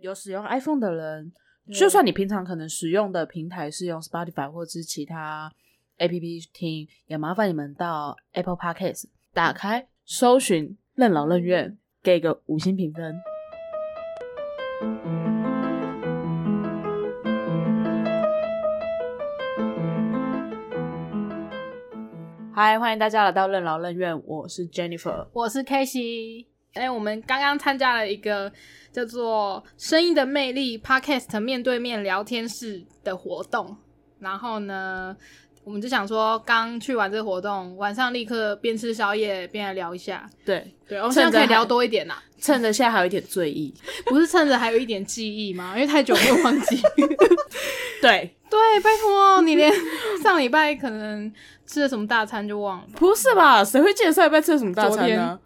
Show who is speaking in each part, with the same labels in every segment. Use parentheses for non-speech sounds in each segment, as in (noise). Speaker 1: 有使用 iPhone 的人，就算你平常可能使用的平台是用 Spotify 或是其他 APP 听，也麻烦你们到 Apple Podcast 打开搜寻“任劳任怨”，给个五星评分。嗨，欢迎大家来到任劳任怨，我是 Jennifer。
Speaker 2: 我是 K C。哎、我们刚刚参加了一个叫做“声音的魅力 ”Podcast 面对面聊天室的活动，然后呢，我们就想说，刚去完这个活动，晚上立刻边吃宵夜边来聊一下。
Speaker 1: 对，
Speaker 2: 对，我们
Speaker 1: 趁
Speaker 2: 现在
Speaker 1: 着
Speaker 2: 可以聊
Speaker 1: 还
Speaker 2: 多一点啊啦，
Speaker 1: 趁着现在还有一点醉意，
Speaker 2: (laughs) 不是趁着还有一点记忆吗？因为太久没有忘 (laughs) 记。
Speaker 1: 对，
Speaker 2: 对，拜托你连上礼拜可能吃了什么大餐就忘了吧。
Speaker 1: 不是吧？谁会记得上礼拜吃了什么大
Speaker 2: 昨
Speaker 1: 餐
Speaker 2: 天
Speaker 1: 呢？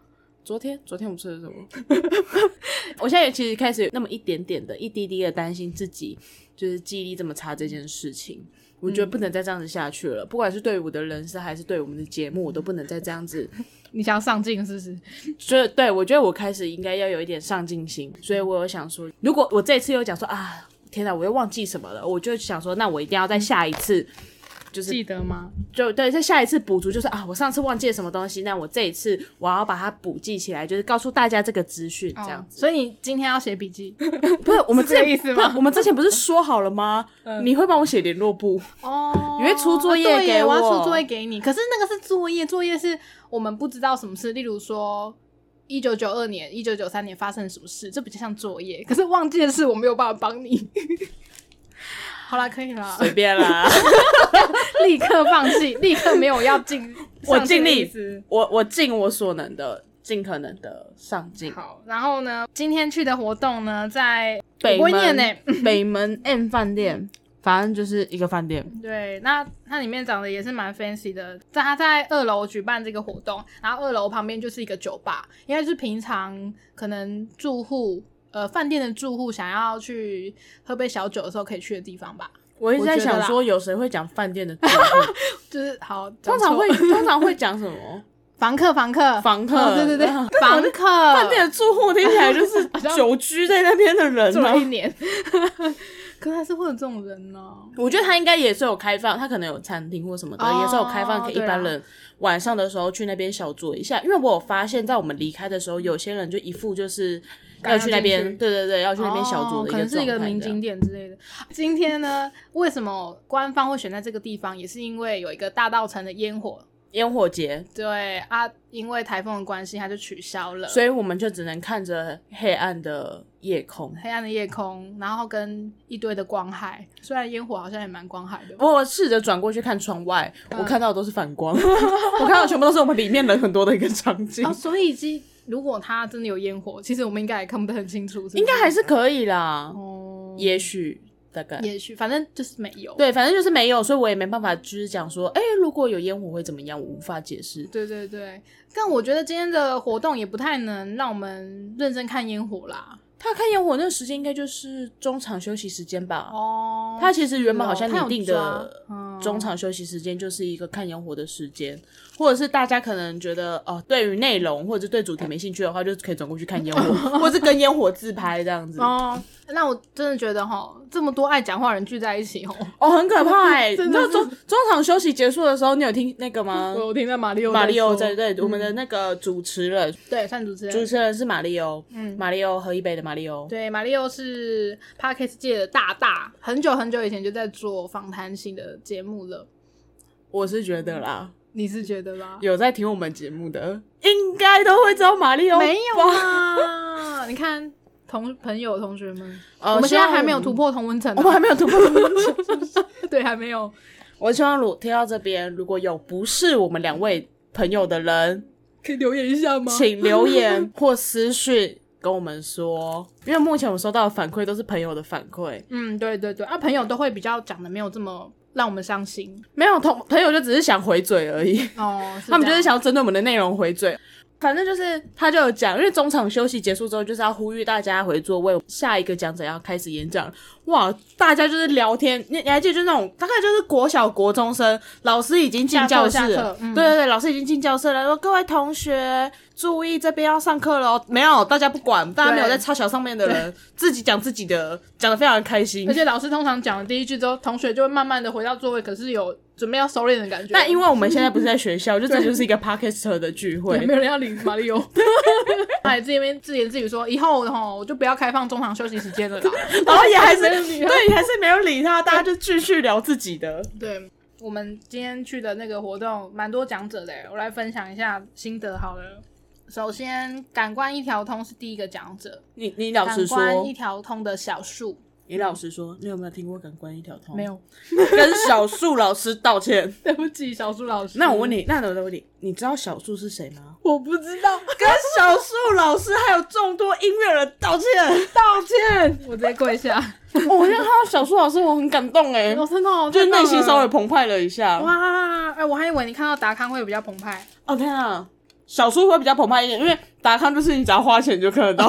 Speaker 1: 昨天，昨天我们吃的是什么？ (laughs) 我现在其实开始有那么一点点的、一滴滴的担心自己就是记忆力这么差这件事情。我觉得不能再这样子下去了，不管是对我的人生还是对我们的节目，我都不能再这样子。
Speaker 2: 你想要上镜是不是？
Speaker 1: 就是对我觉得我开始应该要有一点上进心，所以我有想说，如果我这次又讲说啊，天哪，我又忘记什么了，我就想说，那我一定要在下一次就是
Speaker 2: 记得吗？
Speaker 1: 就对，在下一次补足就是啊，我上次忘记了什么东西，那我这一次我要把它补记起来，就是告诉大家这个资讯，这样 (laughs)
Speaker 2: 哦
Speaker 1: 子。
Speaker 2: 所以你今天要写笔记
Speaker 1: 不是我们之
Speaker 2: 这个
Speaker 1: 前
Speaker 2: 意思
Speaker 1: 不是
Speaker 2: 吗
Speaker 1: 我们之前不是说好了 (laughs) 吗？你会帮我写联络簿，
Speaker 2: 哦
Speaker 1: 你会出作业
Speaker 2: 啊对耶
Speaker 1: 给
Speaker 2: 我，
Speaker 1: 我
Speaker 2: 要出作业给你。可是那个是作业，作业是我们不知道什么事，例如说。一九九二年、一九九三年发生了什么事？这比较像作业， (laughs) 可是忘记的事我没有办法帮你。 (laughs) 好啦，可以
Speaker 1: (laughs)
Speaker 2: 啦，
Speaker 1: 随便啦。
Speaker 2: 立刻放
Speaker 1: (laughs)
Speaker 2: 弃，立刻没有要进，
Speaker 1: 我
Speaker 2: 上进
Speaker 1: 尽
Speaker 2: 的
Speaker 1: 力
Speaker 2: 意思
Speaker 1: 我我尽我所能的，尽可能的上进。
Speaker 2: 好，然后呢，今天去的活动呢，在
Speaker 1: 北
Speaker 2: 我不
Speaker 1: 门
Speaker 2: 会念呢、
Speaker 1: 北门 M 饭店，反正就是一个饭店。
Speaker 2: 对，那它里面长得也是蛮 fancy 的，在它在二楼举办这个活动，然后二楼旁边就是一个酒吧，应该是平常可能住户呃饭店的住户想要去喝杯小酒的时候可以去的地方吧，
Speaker 1: (laughs) 我一直在
Speaker 2: 我觉得
Speaker 1: 想
Speaker 2: 啦
Speaker 1: 说，有谁会讲饭店 (laughs) 的住户？
Speaker 2: 就是好，讲
Speaker 1: 通常
Speaker 2: 错
Speaker 1: 会通常会讲什么？
Speaker 2: 房客房客
Speaker 1: (laughs) 房客
Speaker 2: 哦对对对，房
Speaker 1: (laughs)
Speaker 2: 客
Speaker 1: 饭店的住户听起来就是 (laughs)
Speaker 2: 像
Speaker 1: 久居在那边的人、啊，
Speaker 2: 住了一年， (laughs) 可是还是会有这种人呢、
Speaker 1: 我觉得他应该也是有开放，他可能有餐厅或什么的，
Speaker 2: 哦啊
Speaker 1: 也是有开放给一般人晚上的时候去那边小坐一下。因为我有发现，在我们离开的时候，有些人就一副就是要去那边
Speaker 2: 赶要进，去
Speaker 1: 对对对，要去那边小坐的一
Speaker 2: 哦可
Speaker 1: 个
Speaker 2: 能是
Speaker 1: 状
Speaker 2: 一个
Speaker 1: 态
Speaker 2: 名
Speaker 1: 这样。
Speaker 2: 景点之类的。今天呢，为什么官方会选在这个地方，也是因为有一个大道城的烟火，
Speaker 1: 烟火节，
Speaker 2: 对啊，因为台风的关系，它就取消了。
Speaker 1: 所以我们就只能看着黑暗的夜空。
Speaker 2: 黑暗的夜空，然后跟一堆的光害，虽然烟火好像也蛮光害的，
Speaker 1: 我试着转过去看窗外，我看到的都是反光， (laughs) 我看到全部都是我们里面人很多的一个场景
Speaker 2: 哦，，所以其实如果它真的有烟火，其实我们应该也看不得很清楚，是不是
Speaker 1: 应该还是可以啦，
Speaker 2: 哦，
Speaker 1: 也许大概
Speaker 2: 也许反正就是没有。
Speaker 1: 对，反正就是没有，所以我也没办法，就是讲说，哎、如果有烟火会怎么样，我无法解释。
Speaker 2: 对对对，但我觉得今天的活动也不太能让我们认真看烟火啦。
Speaker 1: 他看烟火那个时间应该就是中场休息时间吧。
Speaker 2: 哦，
Speaker 1: 他其实原本好像
Speaker 2: 是哦
Speaker 1: 拟定的
Speaker 2: 他有抓嗯
Speaker 1: 中场休息时间就是一个看烟火的时间，或者是大家可能觉得哦，对于内容或者对主题没兴趣的话，就可以转过去看烟火，或是跟烟火自拍这样子。哦，
Speaker 2: (laughs) 哦，那我真的觉得哈，这么多爱讲话的人聚在一起哦，
Speaker 1: 很可
Speaker 2: (laughs)
Speaker 1: 怕哎、
Speaker 2: 真
Speaker 1: 你知道
Speaker 2: 的是
Speaker 1: 中中场休息结束的时候，你有听那个吗？
Speaker 2: 我听到马里奥
Speaker 1: 嗯马里奥
Speaker 2: 在
Speaker 1: 在
Speaker 2: 说嗯
Speaker 1: 对我们的那个主持人，
Speaker 2: 对算主持
Speaker 1: 主
Speaker 2: 人，
Speaker 1: 持人是马里奥，
Speaker 2: 嗯
Speaker 1: 马里奥喝一杯的马里奥。
Speaker 2: 对马里奥是 Parkes 界的大大，很久很久以前就在做访谈型的节目了。
Speaker 1: 我是觉得啦，
Speaker 2: 你是觉得吧？
Speaker 1: 有在听我们节目的，应该都会知道马里奥。
Speaker 2: 没有啊？你看同朋友同学们，
Speaker 1: 呃
Speaker 2: 我们现在
Speaker 1: 希望
Speaker 2: 还没有突破同温层啊、
Speaker 1: 我们还没有突破。 (laughs)
Speaker 2: (laughs) 对还没有。
Speaker 1: 我希望如听到这边，如果有不是我们两位朋友的人，
Speaker 2: 可以留言一下吗？
Speaker 1: 请留 (laughs) 言或私讯跟我们说，因为目前我收到的反馈都是朋友的反馈，
Speaker 2: 嗯，对对对，啊，朋友都会比较讲的没有这么让我们伤心
Speaker 1: 没有同朋友就只是想回嘴而已。
Speaker 2: 哦。
Speaker 1: 他们就是
Speaker 2: 想。
Speaker 1: 想要针对我们的内容回嘴。反正就是他就有讲，因为中场休息结束之后，就是要呼吁大家回座位，下一个讲者要开始演讲。哇，大家就是聊天，你你还记得就是那种大概就是国小国中生，老师已经进教室
Speaker 2: 下课下
Speaker 1: 了
Speaker 2: 课，嗯
Speaker 1: 对对对，老师已经进教室了，说各位同学，注意这边要上课了哦，没有，大家不管，大家没有
Speaker 2: 对
Speaker 1: 在插小上面的人，自己讲自己的，讲的非常开心
Speaker 2: 而。且老师通常讲了第一句之后，同学就会慢慢的回到座位，可是有准备要收敛的感觉。
Speaker 1: 但因
Speaker 2: 为
Speaker 1: 为我们现在不是在学校，就这就是一个 podcaster 的聚会，”
Speaker 2: 没有人要理马 (laughs) 里奥，他还自己在那边自言自语说：“以后哈，我就不要开放中场休息时间了啦。
Speaker 1: (laughs) 然后也还是
Speaker 2: 没人理他
Speaker 1: 对，还是没有理他，大家就继续聊自己的。
Speaker 2: 对，我们今天去的那个活动蛮多讲者的耶，我来分享一下心得好了。首先，感官一条通是第一个讲者，
Speaker 1: 你你老
Speaker 2: 感
Speaker 1: 实说，
Speaker 2: 官一条通的小树
Speaker 1: 你老实说，你有没有听过感官一条通？
Speaker 2: 没，有，
Speaker 1: 跟小树老师道歉。
Speaker 2: (laughs) 对不起，小树老
Speaker 1: (laughs)
Speaker 2: 师。
Speaker 1: 那我问，你，那我问你，你知道小树是谁吗？
Speaker 2: 我不知 (laughs) 道，
Speaker 1: 跟小树老师还有众多音乐人道歉，道歉。
Speaker 2: 我直接跪下。
Speaker 1: (laughs) 我现在看到小树老师，我很感动 (laughs) 哎，
Speaker 2: 我真的 (laughs) 哦，
Speaker 1: 就是
Speaker 2: 太棒
Speaker 1: 内心
Speaker 2: 了
Speaker 1: 稍微澎湃了一下。
Speaker 2: 哇，哎、我还以为你看到达康会比较澎湃，
Speaker 1: 哦天啊，小树会比较澎湃一点，因为达康就是你只要花钱就看得 (laughs) 到，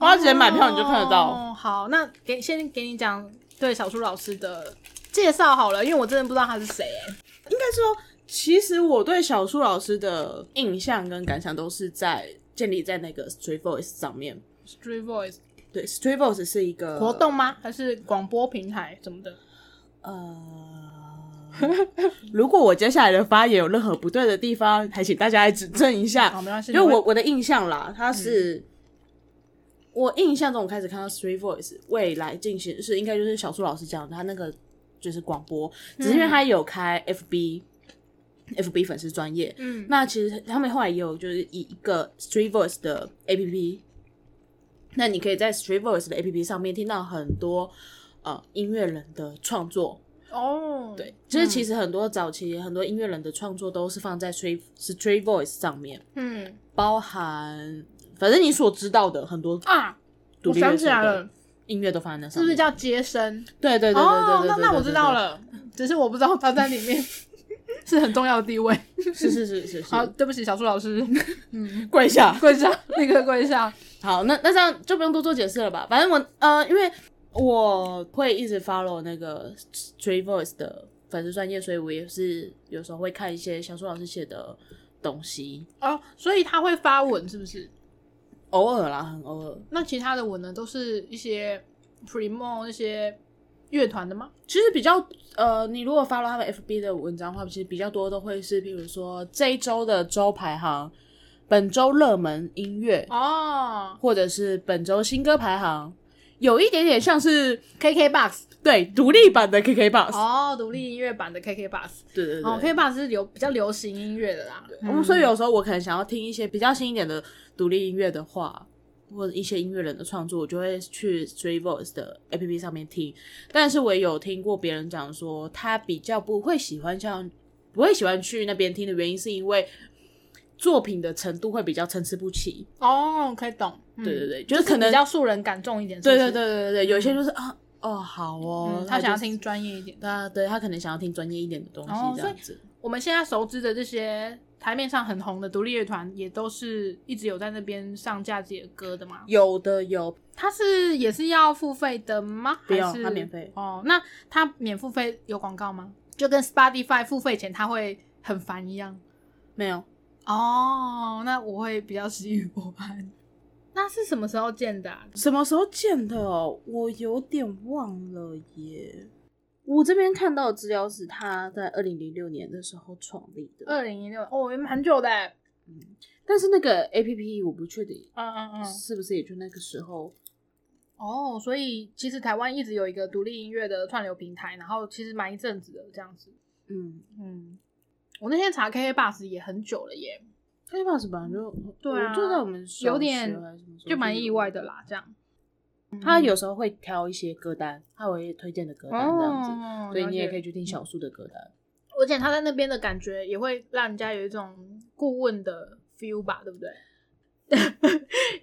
Speaker 1: 花钱买票你就看得到。
Speaker 2: 哦、好，那给先给你讲对小树老师的介绍好了，因为我真的不知道他是谁、哎
Speaker 1: 应该说，其实我对小树老师的印象跟感想都是在建立在那个 Street Voice 上面。
Speaker 2: Street Voice
Speaker 1: 对，Street Voice 是一个
Speaker 2: 活，动吗？还是广播平台什么的？
Speaker 1: 呃。如果我接下来的发言有任何不对的地方，还请大家来指正一下。
Speaker 2: 好，没关系。
Speaker 1: 因为
Speaker 2: 你会嗯
Speaker 1: 我我的印象啦，他是、我印象中我开始看到 Three Voice 未来进行是应该就是小苏老师讲的，他那个就是广播，只
Speaker 2: 嗯
Speaker 1: 是因为他有开 FB、FB 粉丝专业，
Speaker 2: 嗯
Speaker 1: 那其实他们后来也有就是以一个 Street Voice 的 APP，那你可以在 Street Voice 的 APP 上面听到很多呃音乐人的创作，
Speaker 2: 哦，
Speaker 1: 对，就是其实很多早期很多音乐人的创作都是放在 Street Street Voice 上面。
Speaker 2: 嗯
Speaker 1: 包含反正你所知道的很多
Speaker 2: 啊，
Speaker 1: 独
Speaker 2: 我
Speaker 1: 立乐
Speaker 2: 想
Speaker 1: 手
Speaker 2: 起来
Speaker 1: 的
Speaker 2: 了，
Speaker 1: 音乐都放在那
Speaker 2: 是
Speaker 1: 上
Speaker 2: 不
Speaker 1: 面，
Speaker 2: 是叫接生？
Speaker 1: 对对对对对
Speaker 2: 哦，
Speaker 1: 对
Speaker 2: 那
Speaker 1: 对
Speaker 2: 那我
Speaker 1: 对
Speaker 2: 知
Speaker 1: 对
Speaker 2: 道
Speaker 1: 对，
Speaker 2: 了，只是我不知道他在里面是很重要的
Speaker 1: (laughs)
Speaker 2: 地位。
Speaker 1: 是是是是
Speaker 2: 好，
Speaker 1: 是，
Speaker 2: 对不起，小树老师， (laughs)
Speaker 1: 跪下。
Speaker 2: 跪下，那个跪下。
Speaker 1: 好，那那这样就不用多做解释了吧？反正我呃，因为我会一直 follow 那个 Street Voice 的粉丝专业，所以我也是有时候会看一些小树老师写的东西，
Speaker 2: 哦，所以他会发文是不是？
Speaker 1: 偶尔啦，很偶尔。
Speaker 2: 那其他的文呢，都是一些 primo 那些乐团的吗？
Speaker 1: 其实比较呃，你如果发了他们 FB 的文章的话，其实比较多都会是，譬如说这一周的周排行、本周热门音乐，
Speaker 2: 哦
Speaker 1: 或者是本周新歌排行，有一点点像是
Speaker 2: ，KKBox，
Speaker 1: 对独立版的 KKBox，、
Speaker 2: 哦，独立音乐版的 KKBox，
Speaker 1: 对对对。
Speaker 2: 哦，KKBox 是流比较流行音乐的啦。
Speaker 1: 我
Speaker 2: 嗯
Speaker 1: 哦们所以有时候我可能想要听一些比较新一点的独立音乐的话，或者一些音乐人的创作，我就会去 Three Voice 的 A P P 上面听。但是我也有听过别人讲说，他比较不会喜欢像不会喜欢去那边听的原因，是因为作品的程度会比较参差不齐。
Speaker 2: 哦，可以懂。嗯
Speaker 1: 对对对，就是可能
Speaker 2: 比较素人感重一点。是不
Speaker 1: 对
Speaker 2: 是
Speaker 1: 对
Speaker 2: 嗯
Speaker 1: 对，对对对，有些就是啊哦好哦，
Speaker 2: 嗯，他想要
Speaker 1: 就是。
Speaker 2: 听专业一点的。
Speaker 1: 啊，对他可能想要听专业一点的东西
Speaker 2: 哦，
Speaker 1: 这样子。
Speaker 2: 我们现在熟知的这些台面上很红的独立乐团，也都是一直有在那边上架自己的歌的嘛。
Speaker 1: 有的有，
Speaker 2: 它是也是要付费的吗？
Speaker 1: 不用
Speaker 2: 还是
Speaker 1: 它免费
Speaker 2: 哦。那它免付费有广告吗？就跟 Spotify 付费前它会很烦一样。
Speaker 1: 没有？
Speaker 2: 哦，那我会比较食欲不安。那是什么时候建的、啊？
Speaker 1: 什么时候建的哦？我有点忘了耶。我这边看到的资料是他在二零零六年的时候创立的，
Speaker 2: 二零一六哦，也蛮久的欸。
Speaker 1: 但是那个 A P P 我不确定
Speaker 2: 嗯嗯嗯。
Speaker 1: 是不是也就那个时候。
Speaker 2: 哦，所以其实台湾一直有一个独立音乐的串流平台，然后其实蛮一阵子的这样子。
Speaker 1: 嗯
Speaker 2: 嗯，我那天查 KK Bus 也很久了耶，
Speaker 1: ，K Box 本来就
Speaker 2: 对啊
Speaker 1: 我就在我们小学
Speaker 2: 有点
Speaker 1: 还是什么时候嗯
Speaker 2: 就蛮意外的。啦。这样，
Speaker 1: 他有时候会挑一些歌单，他会推荐的歌单这样子，
Speaker 2: 哦，
Speaker 1: 所以你也可
Speaker 2: 以。
Speaker 1: 以去听小树的歌单。
Speaker 2: 而且他在那边的感觉也会让人家有一种顾问的 feel 吧，对不对？ (laughs)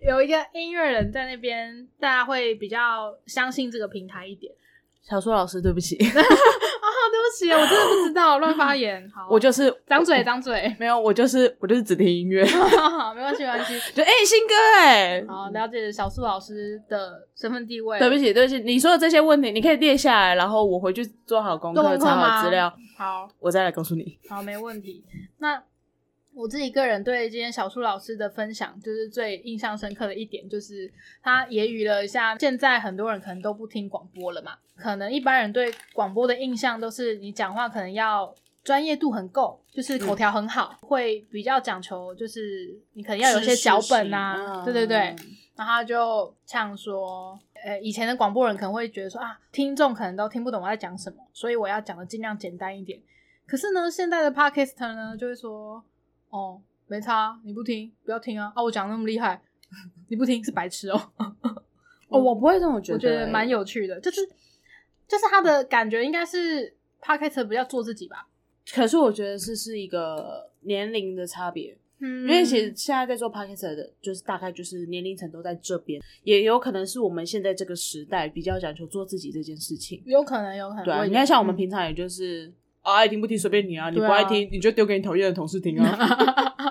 Speaker 2: 有一个音乐人在那边，大家会比较相信这个平台一点。
Speaker 1: 小树老师，对不
Speaker 2: (laughs)
Speaker 1: 起，
Speaker 2: 啊、对不起，我真的不知道，乱发言。好，
Speaker 1: 我就是
Speaker 2: 张嘴张嘴， (laughs)
Speaker 1: 没有，我就是我就是只听音乐， (laughs)
Speaker 2: 好没关系没关系。
Speaker 1: 就哎、新歌哎、
Speaker 2: 好，了解小树老师的身份地位。
Speaker 1: 对不起，对不起，你说的这些问题你可以列下来，然后我回去做好功
Speaker 2: 做
Speaker 1: 课，
Speaker 2: 功课
Speaker 1: 查
Speaker 2: 吗
Speaker 1: 好资料，
Speaker 2: 好
Speaker 1: 我再来告诉你。
Speaker 2: 好，没问题。那我自己个人对今天小树老师的分享，就是最印象深刻的一点，就是他揶揄了一下，现在很多人可能都不听广播了嘛，可能一般人对广播的印象都是你讲话可能要专业度很够，就是口条很好，会比较讲求，就是你可能要有一些脚本啊，对对
Speaker 1: 嗯
Speaker 2: 对，然后他就像说，呃，以前的广播人可能会觉得说啊，听众可能都听不懂我在讲什么，所以我要讲的尽量简单一点。可是呢，现在的 podcaster 呢，就会说，哦，没差，你不听，不要听啊，啊，我讲那么厉害，你不听是白痴哦。 (laughs)
Speaker 1: 哦，我不会这么觉
Speaker 2: 我
Speaker 1: 得，
Speaker 2: 觉得欸蛮有趣的，就是就是他的感觉应该是 podcaster 比较做自己吧，
Speaker 1: 可是我觉得这是一个啊年龄的差别，
Speaker 2: 嗯
Speaker 1: 因为其实现在在做 podcast 的，就是大概就是年龄层都在这边，也有可能是我们现在这个时代比较讲求做自己这件事情。
Speaker 2: 有可能，有可能，
Speaker 1: 对啊，
Speaker 2: 嗯也
Speaker 1: 你看像我们
Speaker 2: 嗯
Speaker 1: 平常也就是、啊，爱听不听随便你啊，你不
Speaker 2: 对啊
Speaker 1: 爱听你就丢给你讨厌的同事听啊。
Speaker 2: (laughs)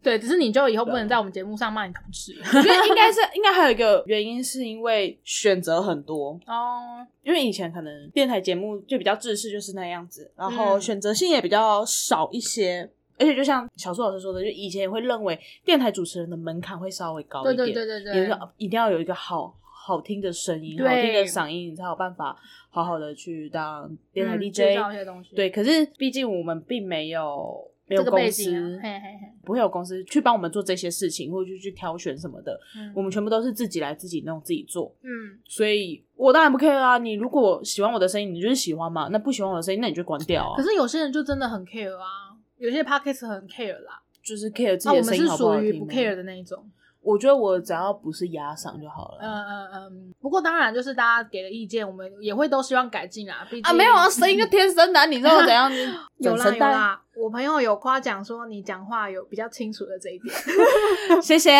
Speaker 2: 对，只是你就以后不
Speaker 1: 对啊
Speaker 2: 能在我们节目上骂你同事
Speaker 1: (laughs) 我觉得应该是应该还有一个原因，是因为选择很多，
Speaker 2: 哦，
Speaker 1: 因为以前可能电台节目就比较制式，就是那样子，然后
Speaker 2: 嗯
Speaker 1: 选择性也比较少一些。而且就像小苏老师说的，就以前也会认为电台主持人的门槛会稍微高一
Speaker 2: 对
Speaker 1: 点，
Speaker 2: 对对对
Speaker 1: 也
Speaker 2: 对
Speaker 1: 是，一定要有一个好好听的声音、
Speaker 2: 对
Speaker 1: 好听的嗓音，你才有办法好好的去当电台
Speaker 2: 嗯
Speaker 1: DJ、
Speaker 2: 介绍一些东西，
Speaker 1: 对，可是毕竟我们并没有没有
Speaker 2: 这个背
Speaker 1: 公
Speaker 2: 景啊，
Speaker 1: 司，
Speaker 2: 嘿嘿嘿，
Speaker 1: 不会有公司去帮我们做这些事情，或者去去挑选什么的，
Speaker 2: 嗯
Speaker 1: 我们全部都是自己来自己弄自己做。
Speaker 2: 嗯，
Speaker 1: 所以我当然不 care 啊！你如果喜欢我的声音，你就是喜欢嘛；那不喜欢我的声音，那你就关掉
Speaker 2: 可
Speaker 1: 啊。
Speaker 2: 是有些人就真的很 care 啊，有些 podcast 很 care 啦，
Speaker 1: 就是 care 自己
Speaker 2: 那啊我
Speaker 1: 的声
Speaker 2: 们是
Speaker 1: 音好不
Speaker 2: 属
Speaker 1: 好
Speaker 2: 于
Speaker 1: 听
Speaker 2: 不
Speaker 1: 嘛。
Speaker 2: care 的那一种。
Speaker 1: 我觉得我只要不是压嗓就好了。
Speaker 2: 嗯嗯嗯，不过当然就是大家给的意见，我们也会都希望改进啊。毕竟
Speaker 1: 啊，没有啊，声音就天生的啊，你知道我怎样？
Speaker 2: (laughs)
Speaker 1: 整
Speaker 2: 有啦有
Speaker 1: 声带
Speaker 2: 啦，我朋友有夸奖说你讲话有比较清楚的
Speaker 1: (laughs)
Speaker 2: 这一点，
Speaker 1: 谢谢，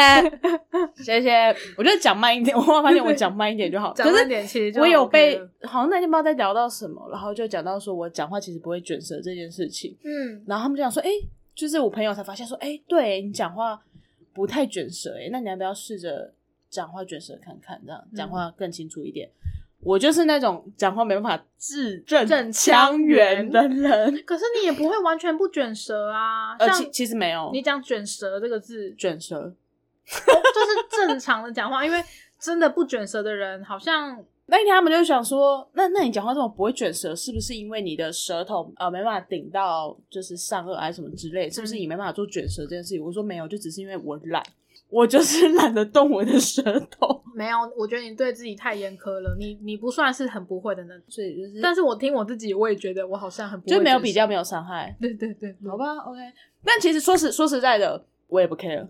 Speaker 1: 谢谢。我觉得讲慢一点，我忽然发现我讲慢一点就好。
Speaker 2: (laughs) 讲
Speaker 1: 可
Speaker 2: 慢
Speaker 1: 是
Speaker 2: 点其实就
Speaker 1: 我有
Speaker 2: OK
Speaker 1: 被
Speaker 2: 了，
Speaker 1: 好像那天不知道在聊到什么，然后就讲到说我讲话其实不会卷舌这件事情，
Speaker 2: 嗯，
Speaker 1: 然后他们就想说，哎、就是我朋友才发现说，哎、对你讲话不太卷舌、哎，那你要不要试着讲话卷舌看看，这样
Speaker 2: 嗯
Speaker 1: 讲话更清楚一点。我就是那种讲话没办法字
Speaker 2: 正
Speaker 1: 正腔圆
Speaker 2: 腔圆
Speaker 1: 的人，
Speaker 2: 可是你也不会完全不卷舌啊，
Speaker 1: (laughs) 呃，
Speaker 2: 像
Speaker 1: 其其实没有
Speaker 2: 你讲卷舌这个字，
Speaker 1: 卷舌，
Speaker 2: 就是正常的讲话，因为真的不卷舌的人好像
Speaker 1: 那一天他们就想说，那那你讲话这么不会卷舌，是不是因为你的舌头呃没办法顶到就是上颚还是什么之
Speaker 2: 嗯
Speaker 1: 类？是不是你没办法做卷舌这件事情？我说没有，就只是因为我懒， (laughs) 我就是懒得动我的舌头，
Speaker 2: 没有，我觉得你对自己太严苛了，你你不算是很不会的那种。
Speaker 1: 所以就是
Speaker 2: 但是我听我自己，我也觉得嗯我好像很不会
Speaker 1: 就没有
Speaker 2: 卷舌
Speaker 1: 比较，，没有伤害，
Speaker 2: 对对对，对
Speaker 1: 好，吧？OK。但其实说实说实在的，我也不 care，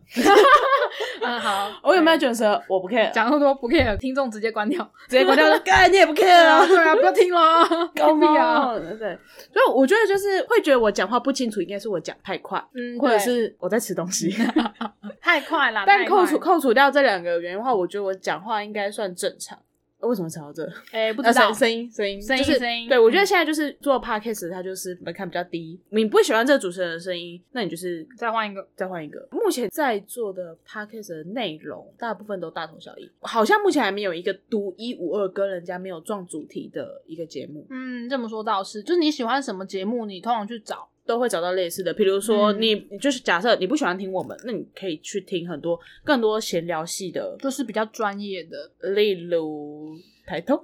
Speaker 2: 嗯好，
Speaker 1: 我有没有
Speaker 2: 对
Speaker 1: 卷舌，我不 care，
Speaker 2: 讲那么多不 care，听众直接关掉。
Speaker 1: 直接关掉说， (laughs) 干你也不 care 啊。
Speaker 2: (laughs) 对啊，不要听了，
Speaker 1: 高
Speaker 2: 不要。
Speaker 1: 啊，对，所以我觉得就是会觉得我讲话不清楚，应该是我讲太快，
Speaker 2: 嗯，
Speaker 1: 或者
Speaker 2: 对
Speaker 1: 是我在吃东西。
Speaker 2: (laughs) 太快了，
Speaker 1: 但
Speaker 2: 太
Speaker 1: 扣
Speaker 2: 快
Speaker 1: 除扣除掉这两个原因的话，我觉得我讲话应该算正常。呃为什么吵到这？
Speaker 2: 哎，不
Speaker 1: 不
Speaker 2: 知道
Speaker 1: 声音声音
Speaker 2: 声音
Speaker 1: 就是
Speaker 2: 声音
Speaker 1: 对我觉得
Speaker 2: 嗯
Speaker 1: 现在就是做 podcast，它就是门槛比较低。你不喜欢这个主持人的声音，那你就是
Speaker 2: 再换一个，
Speaker 1: 再换一个。目前在做的 podcast 的内容，大部分都大同小异，好像目前还没有一个独一无二跟人家没有撞主题的一个节目。
Speaker 2: 嗯，这么说倒是，就是你喜欢什么节目，你通常去找，
Speaker 1: 都会找到类似的。比如说
Speaker 2: 嗯
Speaker 1: 你，你就是假设你不喜欢听我们，那你可以去听很多更多闲聊系的，
Speaker 2: 就是比较专业的。
Speaker 1: 例如台通。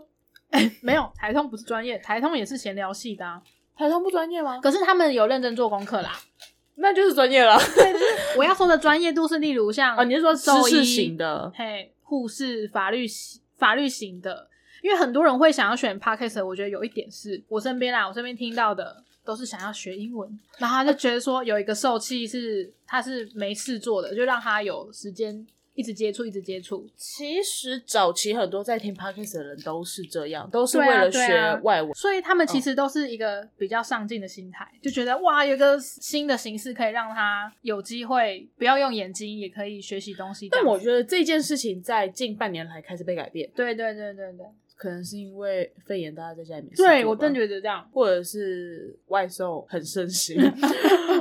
Speaker 2: 没有台通不是专业，台通也是闲聊系的啊。
Speaker 1: 台通不专业吗？
Speaker 2: 可是他们有认真做功课啦。
Speaker 1: 那就是专业 (laughs) 了。
Speaker 2: 我要说的专业度是，例如像
Speaker 1: 哦，你是说知
Speaker 2: 兽
Speaker 1: 识
Speaker 2: 医
Speaker 1: 型的？
Speaker 2: 嘿，护士、法律系、法律型的，因为很多人会想要选 podcast，我觉得有一点是我身边啦，我身边听到的都是想要学英文，然后他就觉得说有一个受气是他是没事做的，就让他有时间一直接触，一直接触。
Speaker 1: 其实早期很多在听 podcast 的人都是这样，都是
Speaker 2: 对
Speaker 1: 为
Speaker 2: 啊
Speaker 1: 了
Speaker 2: 对
Speaker 1: 学
Speaker 2: 啊
Speaker 1: 外文。嗯
Speaker 2: 所以他们其实都是一个比较上进的心态，就觉得哇，有一个新的形式可以让他有机会，不要用眼睛也可以学习东西这
Speaker 1: 但
Speaker 2: 样
Speaker 1: 我
Speaker 2: 子。
Speaker 1: 觉得这件事情在近半年来开始被改变，
Speaker 2: 对对对对对，
Speaker 1: 可能是因为肺炎，大家在家里面。
Speaker 2: 对我真
Speaker 1: 觉。
Speaker 2: 觉得这样。
Speaker 1: 或者是外送很盛
Speaker 2: (laughs)
Speaker 1: 行，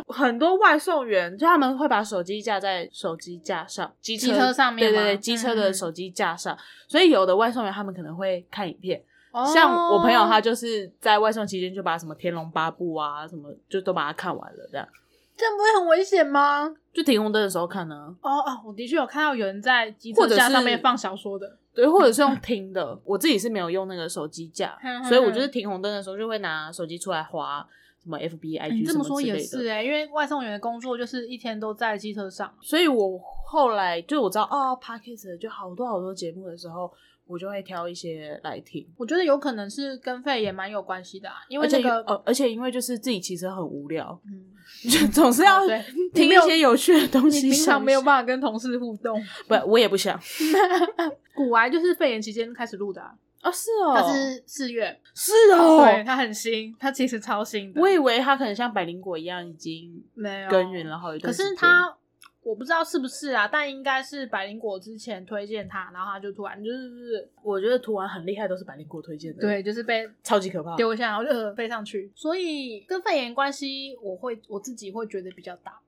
Speaker 1: 很多外送员就他们会把手机架在手机架上，机车
Speaker 2: 机车上面
Speaker 1: 对
Speaker 2: 吗嗯
Speaker 1: 对对，机车的手机架上，所以有的外送员他们可能会看影片，
Speaker 2: 哦
Speaker 1: 像我朋友他就是在外送期间就把什么《天龙八部》啊什么就都把它看完了这样。
Speaker 2: 这样不会很危险吗？
Speaker 1: 就停红灯的时候看啊呢、
Speaker 2: 哦哦，我的确有看到有人在机
Speaker 1: 或
Speaker 2: 车
Speaker 1: 者
Speaker 2: 架上
Speaker 1: 是
Speaker 2: 面放小说的，
Speaker 1: 对，或者是用听的。我自己是没有用那个手机架
Speaker 2: 嗯哼，哼
Speaker 1: 所以我就是停红灯的时候就会拿手机出来划什么 FB、
Speaker 2: 哎你
Speaker 1: IG
Speaker 2: 这
Speaker 1: 什
Speaker 2: 么
Speaker 1: 之
Speaker 2: 说也
Speaker 1: 类的。
Speaker 2: 是哎、因为外送员的工作就是一天都在机车上，
Speaker 1: 所以我后来就我知道哦 p o d c a s t 就好多好多节目的时候，我就会挑一些来听。
Speaker 2: 我觉得有可能是跟肺也蛮有关系的、啊，因为
Speaker 1: 而且
Speaker 2: 这个
Speaker 1: 呃，而且因为就是自己骑车很无聊，
Speaker 2: 嗯，
Speaker 1: 就总是要
Speaker 2: 哦对
Speaker 1: 听一些有趣的东
Speaker 2: 你
Speaker 1: 西。
Speaker 2: 平常没有
Speaker 1: 办
Speaker 2: 办法跟同事互
Speaker 1: (laughs)
Speaker 2: 动。
Speaker 1: 不，我也不想。
Speaker 2: 古癌就是肺炎期间开始录的、啊，
Speaker 1: 哦，是哦，
Speaker 2: 他是四月，
Speaker 1: 是哦，
Speaker 2: 对他很新，他其实超新的，
Speaker 1: 我以为他可能像百灵果一样已经
Speaker 2: 没有
Speaker 1: 耕耘了好一
Speaker 2: 可
Speaker 1: 段时间。
Speaker 2: 是他，我不知道是不是啊，但应该是百灵果之前推荐他，然后他就突然就是
Speaker 1: 我觉得图案很厉害，都是百灵果推荐的，，
Speaker 2: 对，就是被
Speaker 1: 超级可怕。
Speaker 2: 丢下，然后就呃飞上去。所以跟肺炎关系，我会我自己会觉得比较大，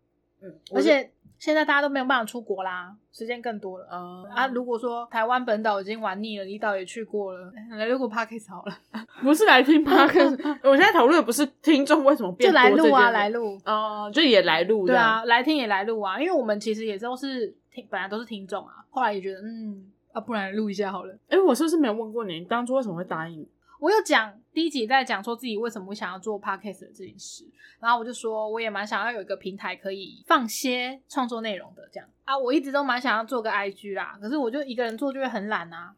Speaker 1: 嗯，
Speaker 2: 而且现在大家都没有办法出国啦，时间更多了。
Speaker 1: 呃
Speaker 2: 啊，如果说台湾本岛已经玩腻了，离岛也去过了， (laughs) 来录个 podcast
Speaker 1: (laughs)
Speaker 2: 好了，
Speaker 1: (laughs) 不啊是来听 p o d (laughs) 我现在讨论的不是听众为什么变
Speaker 2: (laughs) 就来
Speaker 1: 多这
Speaker 2: 录啊，
Speaker 1: 件事
Speaker 2: 来录，
Speaker 1: 哦，就也来录
Speaker 2: 对
Speaker 1: 这样，
Speaker 2: 啊，来听也来录啊，因为我们其实也都是听，本来都是听众啊，后来也觉得嗯啊，不然录一下好了。
Speaker 1: 哎、我是不是没有问过你，你当初为什么会答应？
Speaker 2: 我有讲第一集在讲说自己为什么会想要做 podcast 的这件事，然后我就说我也蛮想要有一个平台可以放些创作内容的这样啊，我一直都蛮想要做个 IG 啦，可是我就一个人做就会很懒啊，。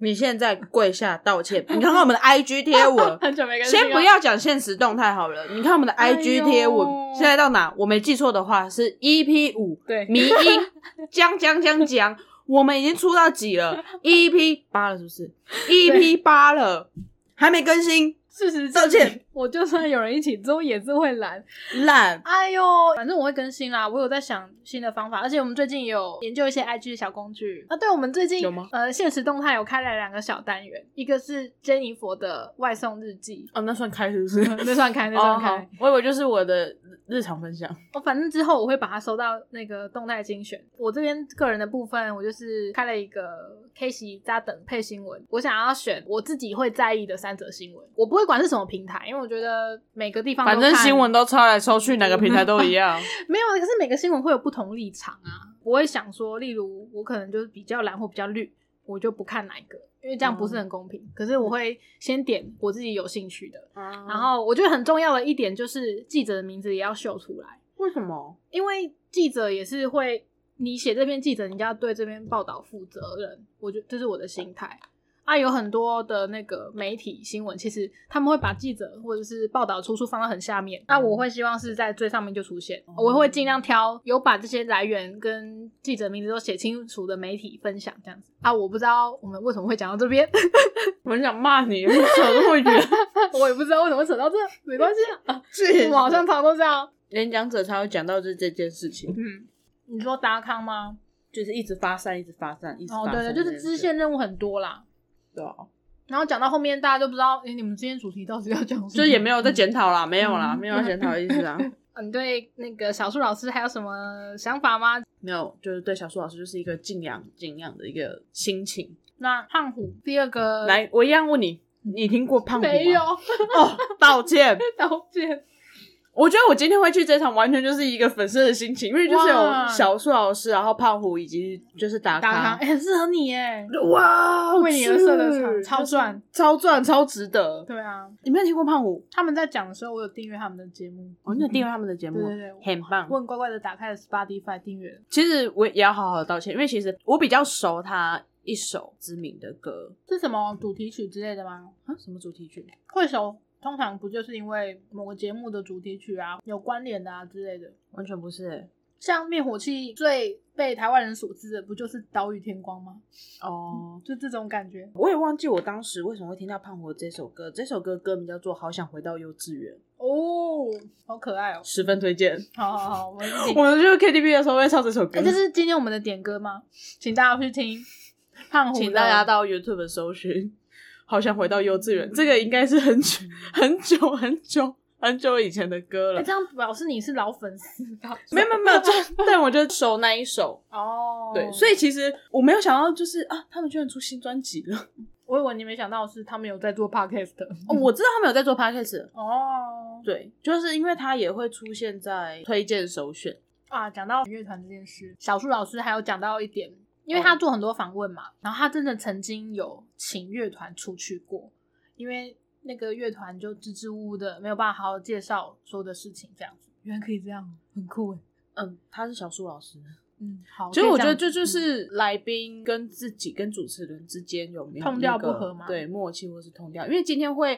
Speaker 1: 你现在跪下道 (laughs) 歉，你 (laughs) 看看我们的 IG 贴文
Speaker 2: 很久没更新了
Speaker 1: 先不要讲现实动态好了，你看我们的
Speaker 2: 哎呦
Speaker 1: IG 贴文、现在到哪？我没记错的话是 EP 五
Speaker 2: 对
Speaker 1: 迷 (laughs) 音讲讲讲讲，我们已经出到几了？EP 八了是不是？EP 八了，还没更新，
Speaker 2: 事实
Speaker 1: 道
Speaker 2: 证
Speaker 1: 歉
Speaker 2: 明，我就算有人一起做也是会懒，
Speaker 1: 烂。
Speaker 2: 哎呦，反正我会更新啦，我有在想新的方法，而且我们最近也有研究一些 IG 的小工具啊。对，我们最近
Speaker 1: 有吗
Speaker 2: 呃，现实动态有开了两个小单元，一个是珍妮佛的外送日记，
Speaker 1: 哦，那算开是不 (laughs) 是？
Speaker 2: 那算开，那算开。
Speaker 1: 哦好，我以为就是我的日常分享。
Speaker 2: 我反正之后我会把它收到那个动态精选。我这边个人的部分，我就是开了一个 K 席加等配新闻，我想要选我自己会在意的三则新闻，我不会管是什么平台，因为我觉得每个地方都
Speaker 1: 反正
Speaker 2: 看
Speaker 1: 新闻都抄来抄去，哪个平台都一 (laughs) 样。
Speaker 2: 没有，啊可是每个新闻会有不同立场啊。我会想说，例如我可能就是比较蓝或比较绿，我就不看哪一个，因为这样不是
Speaker 1: 嗯
Speaker 2: 很公平。可是我会先点我自己有兴趣的。
Speaker 1: 然
Speaker 2: 然后我觉得很重要的一点就是记者的名字也要秀出来，
Speaker 1: 为什么？
Speaker 2: 因为记者也是会，你写这篇记者，你就要对这篇报道负责任。我觉得这是我的心态。啊，有很多的那个媒体新闻，其实他们会把记者或者是报道出处放到很下面。那、我会希望是在最上面就出现，
Speaker 1: 哦
Speaker 2: 我会尽量挑有把这些来源跟记者名字都写清楚的媒体分享这样子。啊，我不知道我们为什么会讲到这边， (laughs)
Speaker 1: 我很想骂你， (laughs) 你扯那么远。
Speaker 2: 我也不知道为什么扯到这，没关系啊，啊我
Speaker 1: 是
Speaker 2: 们好像常都这样。
Speaker 1: 演讲者才会讲到这这件事情，
Speaker 2: 嗯，你说达康吗？
Speaker 1: 就是一直发散，一直发散，一直发
Speaker 2: 哦，
Speaker 1: 散。
Speaker 2: 对对，就是支线。任务很多啦。
Speaker 1: 对啊，
Speaker 2: 然后讲到后面，大家就不知道，哎，你们今天主题到底要讲什么？
Speaker 1: 就也没有在检讨啦，没有啦，
Speaker 2: 嗯
Speaker 1: 没有要检讨的意思 (laughs) 啊。
Speaker 2: (laughs) 嗯。你对那个小树老师还有什么想法吗？
Speaker 1: 没有，就是对小树老师就是一个敬仰敬仰的一个心情。
Speaker 2: 那胖虎第二个
Speaker 1: 来，我一样问你，你听过胖虎吗
Speaker 2: 没有？
Speaker 1: 哦，道歉。
Speaker 2: 道歉，
Speaker 1: 我觉得我今天会去这场，完全就是一个粉丝的心情，因为就是
Speaker 2: 哇
Speaker 1: 有小树老师，然后胖虎以及就是达
Speaker 2: 达康
Speaker 1: 康，
Speaker 2: 哎，很适合你耶。
Speaker 1: 哇，
Speaker 2: 为你而设的场
Speaker 1: 去
Speaker 2: 超赚，
Speaker 1: 就是超赚，超值得。
Speaker 2: 对啊，
Speaker 1: 你没有听过胖虎？
Speaker 2: 他们在讲的时候，我有订阅他们的节目，
Speaker 1: 哦，你有订阅他们的节目
Speaker 2: 嗯对对对，
Speaker 1: 很棒
Speaker 2: 我。很乖乖的打开了 Spotify 订阅。
Speaker 1: 其实我也要好好道歉，因为其实我比较熟他一首知名的歌
Speaker 2: 是什么主题曲之类的吗？
Speaker 1: 啊，什么主题曲？
Speaker 2: 会首通常不就是因为某个节目的主题曲啊，有关联的啊之类的。
Speaker 1: 完全不是欸
Speaker 2: 像灭火器最被台湾人所知的，不就是岛屿天光吗？
Speaker 1: 哦。
Speaker 2: 就这种感觉
Speaker 1: 我也忘记我当时为什么会听到胖虎的这首歌，这首歌歌名叫做《好想回到幼稚园》，
Speaker 2: 哦，好可爱哦！
Speaker 1: 十分推荐。
Speaker 2: 好好好，我们自己
Speaker 1: (laughs) 我们去 KTV 的时候会唱这首歌，
Speaker 2: 哎，这是今天我们的点歌吗？请大家去听胖虎的，
Speaker 1: 请大家到 YouTube 搜寻。好想回到幼稚园，这个应该是很久、很久、很久、很久以前的歌了
Speaker 2: 哎，。这样表示你是老粉丝吧，
Speaker 1: 没有没有没有，就但我就熟那一首。
Speaker 2: (laughs) 哦，
Speaker 1: 对，所以其实我没有想到，就是啊，他们居然出新专辑了、
Speaker 2: (laughs) 我以为你没想到的是他们有在做 podcast
Speaker 1: 哦。我知道他们有在做 podcast，
Speaker 2: 哦。哦，
Speaker 1: 对，就是因为它也会出现在推荐首选。
Speaker 2: 啊，讲到乐团这件事，小树老师还有讲到一点，因为他做很多访问嘛，然后他真的曾经有请乐团出去过，因为那个乐团就支支吾吾的，没有办法好好介绍所有的事情，这样子，原来可以这样，很酷哎。
Speaker 1: 嗯，他是小树老师。
Speaker 2: 嗯，好，
Speaker 1: 所以我觉得
Speaker 2: 可
Speaker 1: 这
Speaker 2: 以这嗯
Speaker 1: 就
Speaker 2: 样
Speaker 1: 是来宾跟自己跟主持人之间有没有、那个、
Speaker 2: 痛调不合吗
Speaker 1: 对，默契或是痛调。因为今天会，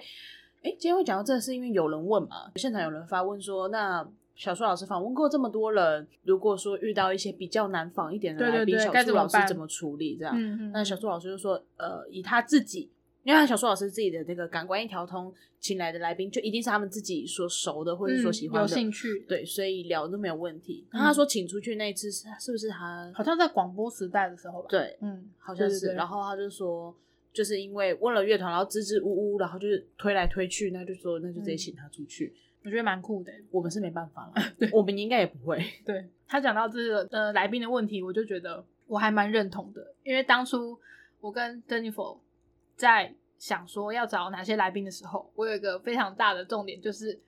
Speaker 1: 哎，今天会讲到这个是因为有人问嘛，现场有人发问说，那小树老师访问过这么多人，如果说遇到一些比较难访一点的
Speaker 2: 对
Speaker 1: 来
Speaker 2: 对
Speaker 1: 宾，
Speaker 2: 对该
Speaker 1: 小
Speaker 2: 怎
Speaker 1: 树
Speaker 2: 么
Speaker 1: 老师
Speaker 2: 办
Speaker 1: 怎么处理？这样，
Speaker 2: 嗯嗯，
Speaker 1: 那小树老师就说，呃，以他自己。因为他小树老师自己的那个感官一条通，请来的来宾就一定是他们自己所熟的或者所喜欢
Speaker 2: 嗯有
Speaker 1: 的，
Speaker 2: 兴趣，，
Speaker 1: 对，所以聊都没有问题。
Speaker 2: 嗯
Speaker 1: 然后他说请出去那一次是是不是他
Speaker 2: 好像在广播时代的时候吧，，
Speaker 1: 对，
Speaker 2: 嗯，
Speaker 1: 好像是。
Speaker 2: 对对对
Speaker 1: 然后他就说，就是因为问了乐团，然后支支吾吾，然后就是推来推去，那就说那
Speaker 2: 嗯
Speaker 1: 就直接请他出去。
Speaker 2: 我觉得蛮酷的。欸
Speaker 1: 我们是没办法
Speaker 2: 啊
Speaker 1: 了，我们应该也不会。 (laughs)
Speaker 2: 对他讲到这个呃来宾的问题，我就觉得我还蛮认同的，因为当初我跟 Jennifer 在想说要找哪些来宾的时候，我有一个非常大的重点就是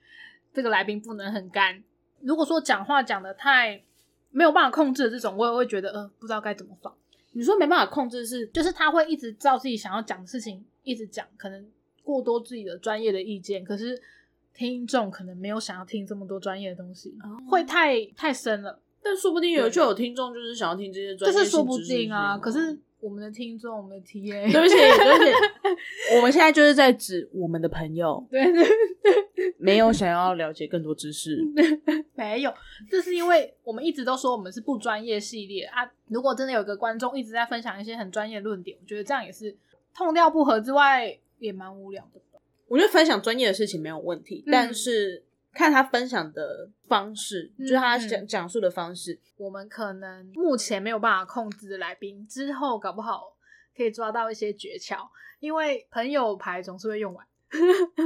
Speaker 2: 这个来宾不能很干。如果说讲话讲的太没有办法控制的这种，我也会觉得呃不知道该怎么放，
Speaker 1: 你说没办法控制是，
Speaker 2: 就是他会一直照自己想要讲的事情一直讲，可能过多自己的专业的意见，可是听众可能没有想要听这么多专业的东西，会太太深了。
Speaker 1: 但说不定有
Speaker 2: 哦对
Speaker 1: 就有听众就是想要听这些专
Speaker 2: 这
Speaker 1: 业性
Speaker 2: 是说不
Speaker 1: 知识
Speaker 2: 定啊。
Speaker 1: 性嗯
Speaker 2: 可是我们的听众，我们的 TA，
Speaker 1: (laughs) 对不起，对不起，我们现在就是在指我们的朋友，
Speaker 2: 对对
Speaker 1: 没有想要了解更多知识。
Speaker 2: 嗯没有，这是因为我们一直都说我们是不专业系列啊。如果真的有一个观众一直在分享一些很专业的论点，我觉得这样也是痛调不合之外，也蛮无聊的。
Speaker 1: 我觉得分享专业的事情没有问题，
Speaker 2: 嗯
Speaker 1: 但是看他分享的方式，
Speaker 2: 嗯
Speaker 1: 就是他
Speaker 2: 嗯
Speaker 1: 讲讲述的方式，
Speaker 2: 我们可能目前没有办法控制的来宾，之后搞不好可以抓到一些诀窍，因为朋友牌总是会用完。 (laughs)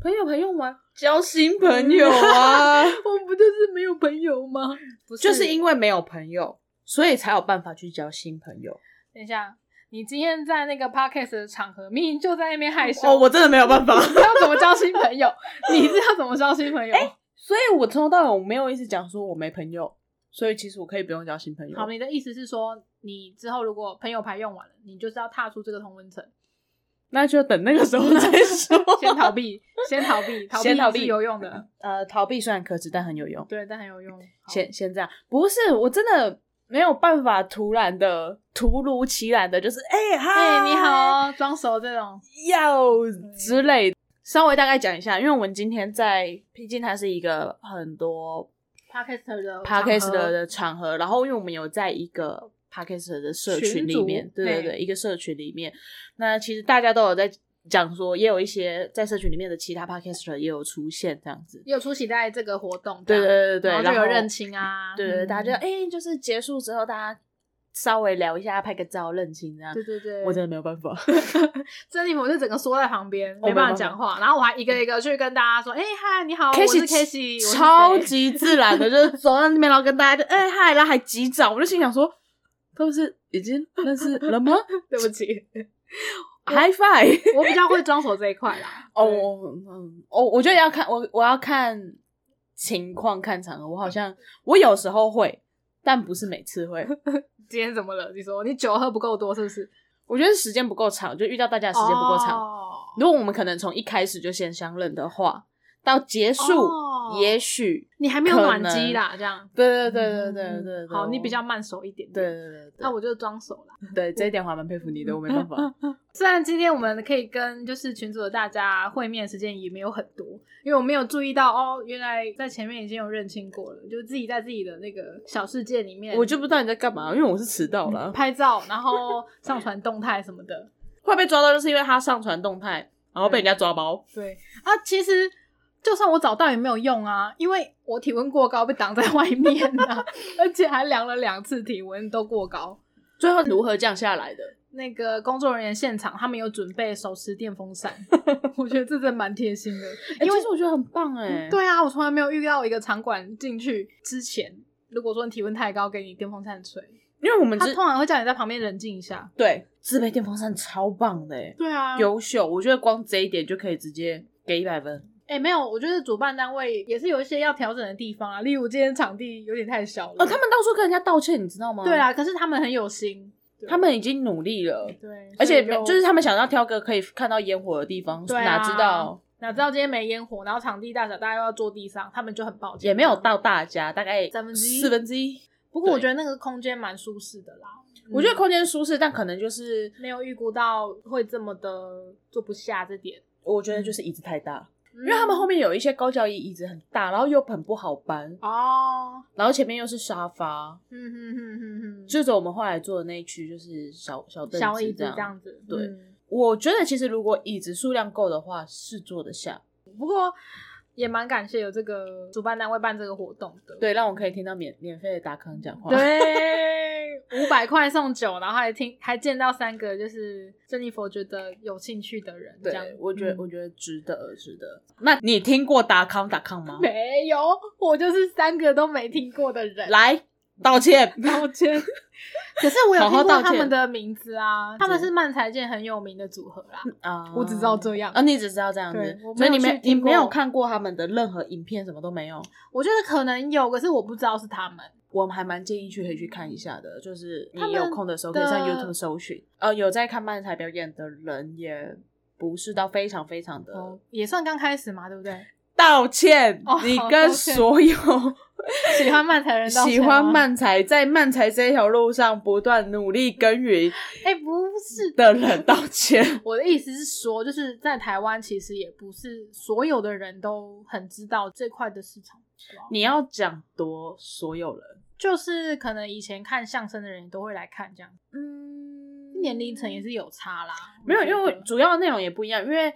Speaker 1: 朋友朋友吗？交新朋友啊，
Speaker 2: 我不就是没有朋友吗？不是，
Speaker 1: 就是因为没有朋友，所以才有办法去交新朋友。
Speaker 2: 等一下，你今天在那个 podcast 的场合，明明就在那边害羞。
Speaker 1: 哦，我真的没有办
Speaker 2: (laughs)
Speaker 1: 法。
Speaker 2: 你知道怎么交新朋友？ (laughs) 你知道怎么交新朋友？
Speaker 1: 所以我从头到尾我没有一直讲说我没朋友，所以其实我可以不用交新朋友。
Speaker 2: 好，你的意思是说，你之后如果朋友牌用完了，你就是要踏出这个同温层，
Speaker 1: 那就等那个时候再说。
Speaker 2: (laughs) 先逃避，先逃避，逃避
Speaker 1: 先逃
Speaker 2: 是
Speaker 1: 避
Speaker 2: 有用的，
Speaker 1: (laughs) 呃，逃避虽然可耻，但很有用。
Speaker 2: 对，但很有用。好
Speaker 1: 先先这样，不是我真的没有办法突然的、突如其来的，就是哎嗨、
Speaker 2: 哎、你好，嗯装熟这种，
Speaker 1: 哟之类的。稍微大概讲一下，因为我们今天在，毕竟它是一个很多
Speaker 2: podcast 的
Speaker 1: podcast 的
Speaker 2: 呃场合
Speaker 1: 的场合，然后因为我们有在一个 podcast 的社群里面
Speaker 2: 群，组
Speaker 1: 对对
Speaker 2: 嘿
Speaker 1: 对，一个社群里面，那其实大家都有在讲说，也有一些在社群里面的其他 podcaster 也有出现这样子，
Speaker 2: 也有出席在这个活动，
Speaker 1: 对
Speaker 2: 这
Speaker 1: 对
Speaker 2: 样
Speaker 1: 对对对，
Speaker 2: 然
Speaker 1: 然
Speaker 2: 后就有认亲啊，
Speaker 1: 对对对，
Speaker 2: 嗯
Speaker 1: 大家就哎、就是结束之后大家稍微聊一下，拍个照认亲这样
Speaker 2: 对，哦对对，
Speaker 1: 我真的没有办法。
Speaker 2: 珍妮，我就整个缩在旁边，
Speaker 1: 我
Speaker 2: 没办
Speaker 1: 没办
Speaker 2: 法
Speaker 1: 法
Speaker 2: 讲话，然后我还一个一个去跟大家说，哎、嗨，你好，我
Speaker 1: Casey
Speaker 2: 是 Casey，我是谁
Speaker 1: 超级自然的，就是走到那边，然后跟大家就哎嗨，然后还击掌，我就心想说，他们是已经认识了
Speaker 2: (laughs)
Speaker 1: 吗
Speaker 2: (laughs) 对不
Speaker 1: (laughs)
Speaker 2: 起，
Speaker 1: ？High five！
Speaker 2: 我比较会装熟这一块啦。
Speaker 1: 哦，我嗯，哦，我觉得要看我我要看情况看场合，我好像我有时候会，但不是每次
Speaker 2: (laughs)
Speaker 1: 会。
Speaker 2: 今天怎么了？你说你酒喝不够多是不是？
Speaker 1: 我觉得时间不够长，就遇到大家的时间不够长。
Speaker 2: 哦
Speaker 1: 如果我们可能从一开始就先相认的话，到结束，
Speaker 2: 哦
Speaker 1: 也许
Speaker 2: 你还没有暖机啦，这样。
Speaker 1: 对对对对对对对，
Speaker 2: 嗯好，你比较慢熟一点。
Speaker 1: 对。对对对，
Speaker 2: 那我就装熟 (laughs) 啦。
Speaker 1: 对这一点我还蛮佩服你的，我没办法。
Speaker 2: (laughs) 虽然今天我们可以跟就是群组的大家会面时间也没有很多，因为我没有注意到哦，原来在前面已经有认清过了，就自己在自己的那个小世界里面，
Speaker 1: 我就不知道你在干嘛，因为我是迟到了，
Speaker 2: 拍照，然后上传动态什么的。 (laughs)
Speaker 1: 会被抓到就是因为他上传动态，然后被人家抓包。
Speaker 2: 对啊，其实就算我找到也没有用啊，因为我体温过高被挡在外面啊， (laughs) 而且还量了两次体温都过高。
Speaker 1: 最后如何降下来的？
Speaker 2: 那个工作人员现场他们有准备手持电风扇， (laughs) 我觉得这真的蛮贴心的。
Speaker 1: 因为我觉得很棒哎对，
Speaker 2: 对啊，我从来没有遇到一个场馆进去之前，如果说你体温太高，给你电风扇吹，
Speaker 1: 因为我们
Speaker 2: 他
Speaker 1: 之
Speaker 2: 通常会叫你在旁边冷静一下。
Speaker 1: 对自备电风扇超棒的哎，
Speaker 2: 对啊，
Speaker 1: 优秀，我觉得光这一点就可以直接给一百分。
Speaker 2: 哎、没有，我觉得主办单位也是有一些要调整的地方啊，例如今天场地有点太小了。
Speaker 1: 哦，他们到处跟人家道歉，你知道吗？
Speaker 2: 对，啊，可是他们很有心，对
Speaker 1: 他们已经努力了，
Speaker 2: 对，
Speaker 1: 而且
Speaker 2: 所以
Speaker 1: 就是他们想要挑个可以看到烟火的地方，
Speaker 2: 对
Speaker 1: 哪
Speaker 2: 啊
Speaker 1: 知道
Speaker 2: 哪知道今天没烟火，然后场地大小，大家又要坐地上，他们就很抱歉，
Speaker 1: 也没有到。大家，大概
Speaker 2: 三分之一
Speaker 1: 四分之一。
Speaker 2: 不过我觉得那个空间蛮舒适的啦，
Speaker 1: 我觉得
Speaker 2: 嗯
Speaker 1: 空间舒适，但可能就是
Speaker 2: 没有预估到会这么的坐不下这点，
Speaker 1: 我觉得就是椅子太大，
Speaker 2: 因
Speaker 1: 因为他们后面有一些高脚椅，椅子很大，然后又很不好搬，
Speaker 2: 哦，
Speaker 1: 然后前面又是沙发，
Speaker 2: 嗯哼哼哼哼，
Speaker 1: 就走我们后来坐的那一区就是小小凳
Speaker 2: 小椅
Speaker 1: 这
Speaker 2: 子这
Speaker 1: 样。
Speaker 2: 样子，
Speaker 1: 对
Speaker 2: 嗯
Speaker 1: 我觉得其实如果椅子数量够的话，是坐得下。
Speaker 2: 也蛮感谢有这个主办单位办这个活动的，
Speaker 1: 对，让我可以听到免免费的达康讲话。， (laughs)
Speaker 2: 对，五百块送酒，然后还听还见到三个就是珍妮佛觉得有兴趣的人，这样
Speaker 1: 对，我觉得、
Speaker 2: 嗯
Speaker 1: 我觉得值得，值得。那你听过达康达康吗？
Speaker 2: 没有，我就是三个都没听过
Speaker 1: (laughs)
Speaker 2: 的人。
Speaker 1: 来道歉。
Speaker 2: 道歉。可是我有
Speaker 1: 好
Speaker 2: 听
Speaker 1: 好
Speaker 2: 过
Speaker 1: 道
Speaker 2: 他们
Speaker 1: 歉
Speaker 2: 的名字啊，他们是漫才界很有名的组合啦。
Speaker 1: 啊
Speaker 2: 我只知道这样
Speaker 1: 啊，你只知道这样
Speaker 2: 对
Speaker 1: 子
Speaker 2: 我，没
Speaker 1: 所以
Speaker 2: 有
Speaker 1: 你
Speaker 2: 去
Speaker 1: 没
Speaker 2: 听
Speaker 1: 你没有
Speaker 2: 过
Speaker 1: 看过他们的任何影片，什么都没有。
Speaker 2: 我觉得可能有，可是我不知道是他们。
Speaker 1: 我还蛮建议去可以去看一下的，就是你
Speaker 2: 他们
Speaker 1: 有空的时候可以上
Speaker 2: 的
Speaker 1: YouTube 搜寻。呃，有在看漫才表演的人也不是到非常非常的、
Speaker 2: 哦，也算刚开始嘛，对不对？
Speaker 1: 道歉，
Speaker 2: 哦
Speaker 1: 你
Speaker 2: 好
Speaker 1: 跟
Speaker 2: 道歉
Speaker 1: 所有
Speaker 2: 喜欢漫才人道歉吗
Speaker 1: 喜欢漫才在漫才这条路上不断努力耕耘
Speaker 2: 哎、不是
Speaker 1: 的人道歉。
Speaker 2: 我的意思是说，就是在台湾，其实也不是所有的人都很知道这块的市场，是吧
Speaker 1: (laughs) 你要讲多所有人，
Speaker 2: 就是可能以前看相声的人都会来看，这样
Speaker 1: 嗯
Speaker 2: 年龄层也是有差啦。我
Speaker 1: 没有，
Speaker 2: 觉
Speaker 1: 因为
Speaker 2: 得
Speaker 1: 主要的内容也不一样，因为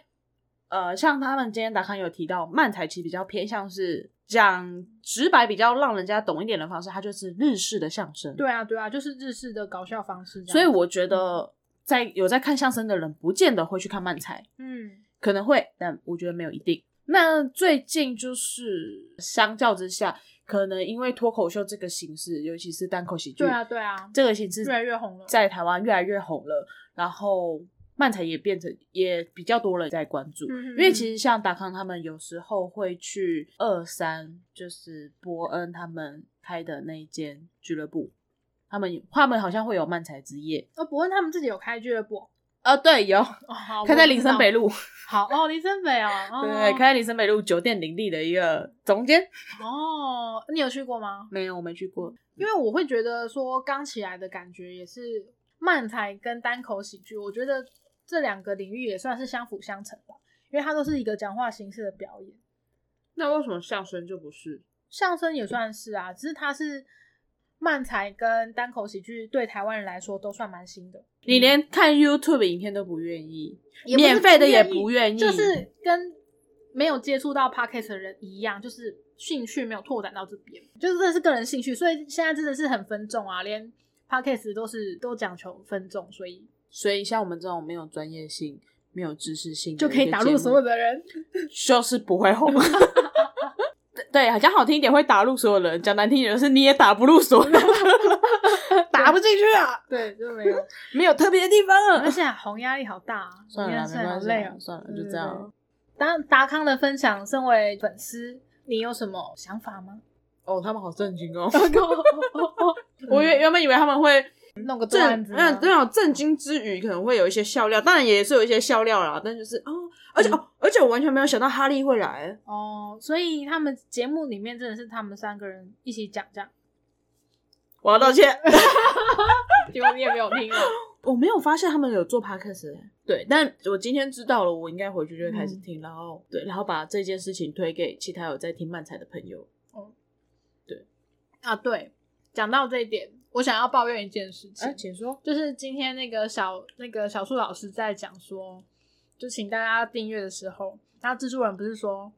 Speaker 1: 呃，像他们今天达康有提到，漫才其实比较偏向是讲直白、比较让人家懂一点的方式，它就是日式的相声。，
Speaker 2: 对啊，对啊，就是日式的搞笑方式这样。
Speaker 1: 所以我觉得在有在看相声的人，不见得会去看漫才，
Speaker 2: 嗯，
Speaker 1: 可能会，但我觉得没有一定。那最近就是相较之下，可能因为脱口秀这个形式，尤其是单口喜剧，
Speaker 2: 对啊，对啊，
Speaker 1: 这个形式
Speaker 2: 越来越红了
Speaker 1: 在台湾越来越红了，然后漫才也变成也比较多人在关注，
Speaker 2: 嗯嗯嗯
Speaker 1: 因为其实像达康他们有时候会去二三，就是伯恩他们开的那一间俱乐部，他们他们好像会有漫才之夜，
Speaker 2: 哦，伯恩他们自己有开俱乐部哦
Speaker 1: 呃，对，有
Speaker 2: 哦，好
Speaker 1: 开在林森北。
Speaker 2: 我不知道
Speaker 1: 路，
Speaker 2: 好哦，林森北哦，哦
Speaker 1: 对，开在林森北路酒店林立的一个总监，
Speaker 2: 哦，你有去过吗？
Speaker 1: 没有，我没去过，
Speaker 2: 因为我会觉得说刚起来的感觉也是漫才跟单口喜剧，我觉得这两个领域也算是相辅相成吧，因为它都是一个讲话形式的表演，
Speaker 1: 那为什么相声就不是？
Speaker 2: 相声也算是啊，只是它是漫才跟单口喜剧对台湾人来说都算蛮新的，
Speaker 1: 你连看 YouTube 影片都不愿意，
Speaker 2: 也不是
Speaker 1: 免费的也
Speaker 2: 不
Speaker 1: 不愿意，
Speaker 2: 就是跟没有接触到 podcast 的人一样，就是兴趣没有拓展到这边，就是真的是个人兴趣，所以现在真的是很分众啊，连 podcast 都是都讲求分众，所以
Speaker 1: 所以像我们这种没有专业性、没有知识性的
Speaker 2: 就可以
Speaker 1: 一个
Speaker 2: 打
Speaker 1: 节
Speaker 2: 入
Speaker 1: 目
Speaker 2: 所有，的人。
Speaker 1: 就是不会红。 (laughs) 对，讲好听一点会打入所有人，讲难听一点就是你也打不入所有
Speaker 2: (laughs)
Speaker 1: 人，打不进去啊，
Speaker 2: 对，就没有，
Speaker 1: 没有特别的地方
Speaker 2: (laughs) 而
Speaker 1: 了。
Speaker 2: 且红压力好大、啊，
Speaker 1: 算了啦，
Speaker 2: 红压
Speaker 1: 没
Speaker 2: 力好
Speaker 1: 关系
Speaker 2: 累哦
Speaker 1: 啦，。算了，
Speaker 2: 对
Speaker 1: 就这样。。
Speaker 2: 对对当达康的分享，身为粉丝，你有什么想法吗？
Speaker 1: 哦，他们好震惊
Speaker 2: (laughs)
Speaker 1: 哦！
Speaker 2: 我
Speaker 1: (laughs) 我原
Speaker 2: 也
Speaker 1: 原本以为他们会
Speaker 2: 弄个段
Speaker 1: 震，
Speaker 2: 子吗，
Speaker 1: 嗯，对啊，震惊之余可能会有一些笑料，当然也是有一些笑料啦，但就是哦，而且、哦，而且我完全没有想到哈利会来，
Speaker 2: 哦，所以他们节目里面真的是他们三个人一起讲这样， (laughs)
Speaker 1: 我要道歉。
Speaker 2: 结果你也没有听啊。
Speaker 1: (laughs) 我没有发现他们有做 podcast，、欸、嗯对，但我今天知道了，我应该回去就会开始听，然后对，然后把这件事情推给其他有在听漫才的朋友。
Speaker 2: (laughs) 啊，对，讲到这一点，我想要抱怨一件事情，
Speaker 1: 哎请说。
Speaker 2: 就是今天那个小那个小树老师在讲说，就请大家订阅的时候，他制作人不是说。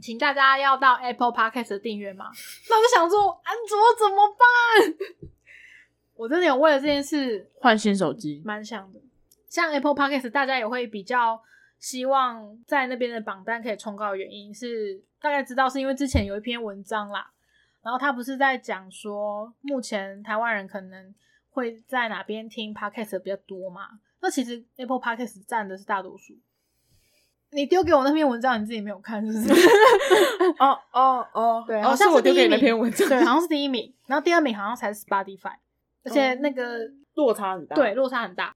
Speaker 2: 请大家要到 Apple Podcast 的订阅吗？那我就想说，
Speaker 1: 啊
Speaker 2: 安卓怎么办？我真的有为了这件事
Speaker 1: 换新手机，
Speaker 2: 蛮想的。像 Apple Podcast，大家也会比较希望在那边的榜单可以冲高的原因是，大概知道是因为之前有一篇文章啦，然后他不是在讲说，目前台湾人可能会在哪边听 Podcast 比较多嘛？那其实 Apple Podcast 占的是大多数，你丢给我那篇文章，你自己没有看是不是？ (laughs)
Speaker 1: 哦哦哦，
Speaker 2: 对，好
Speaker 1: 哦，是
Speaker 2: 像
Speaker 1: 我
Speaker 2: 第
Speaker 1: 丢
Speaker 2: 一
Speaker 1: 给
Speaker 2: 名
Speaker 1: 那篇文章，
Speaker 2: 对，好像是第一名，然后第二名好像才是 Spotify，而
Speaker 1: 哦
Speaker 2: 且那个、
Speaker 1: 落差很大。
Speaker 2: 对，落差很大，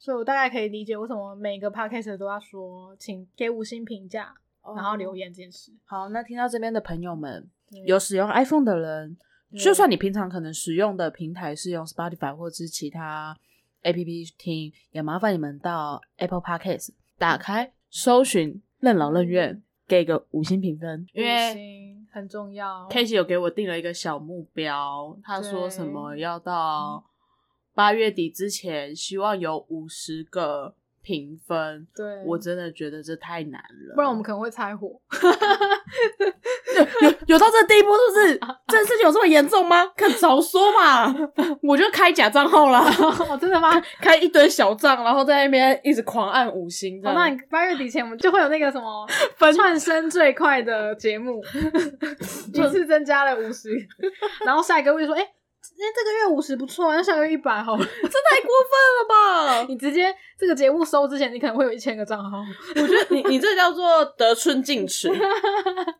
Speaker 2: 所以我大概可以理解为什么每个 podcast 都要说请给五星评价，
Speaker 1: 哦
Speaker 2: 然后留。言这件事。
Speaker 1: 好，那听到这边的朋友们，
Speaker 2: 对
Speaker 1: 有使用 iPhone 的人，
Speaker 2: 对
Speaker 1: 就算你平常可能使用的平台是用 Spotify 或是其他 APP 听，也麻烦你们到 Apple Podcast 打开搜寻“任劳任怨”，给个五星评分，因
Speaker 2: 五
Speaker 1: 为。
Speaker 2: 星很重要，
Speaker 1: k a s e y 有给我定了一个小目标，他说
Speaker 2: 对嗯
Speaker 1: 什么要到八月底之前，希望有五十个评分。
Speaker 2: 对，
Speaker 1: 我真的觉得这太难了，
Speaker 2: 不然我们可能会拆伙。 (laughs)
Speaker 1: (laughs) 有有到这地步，是不是？这事情有这么严重吗？看早说嘛！我就开假账号啦， (laughs)
Speaker 2: 哦，真的吗？哦，
Speaker 1: 开一堆小账，然后在那边一直狂按五星这样。
Speaker 2: 哦那你八月底前我们就会有那个什么
Speaker 1: (laughs) 分
Speaker 2: 串升最快的节目，
Speaker 1: (laughs)
Speaker 2: 一次增加了五十，然后下一个月说，哎、哎，这个月五十不错啊，那下个月一百好了。 (laughs)
Speaker 1: 太过分了吧？ (laughs)
Speaker 2: 你直接这个节目收之前，你可能会有一千个账号。
Speaker 1: 我觉得你你这叫做得寸进尺。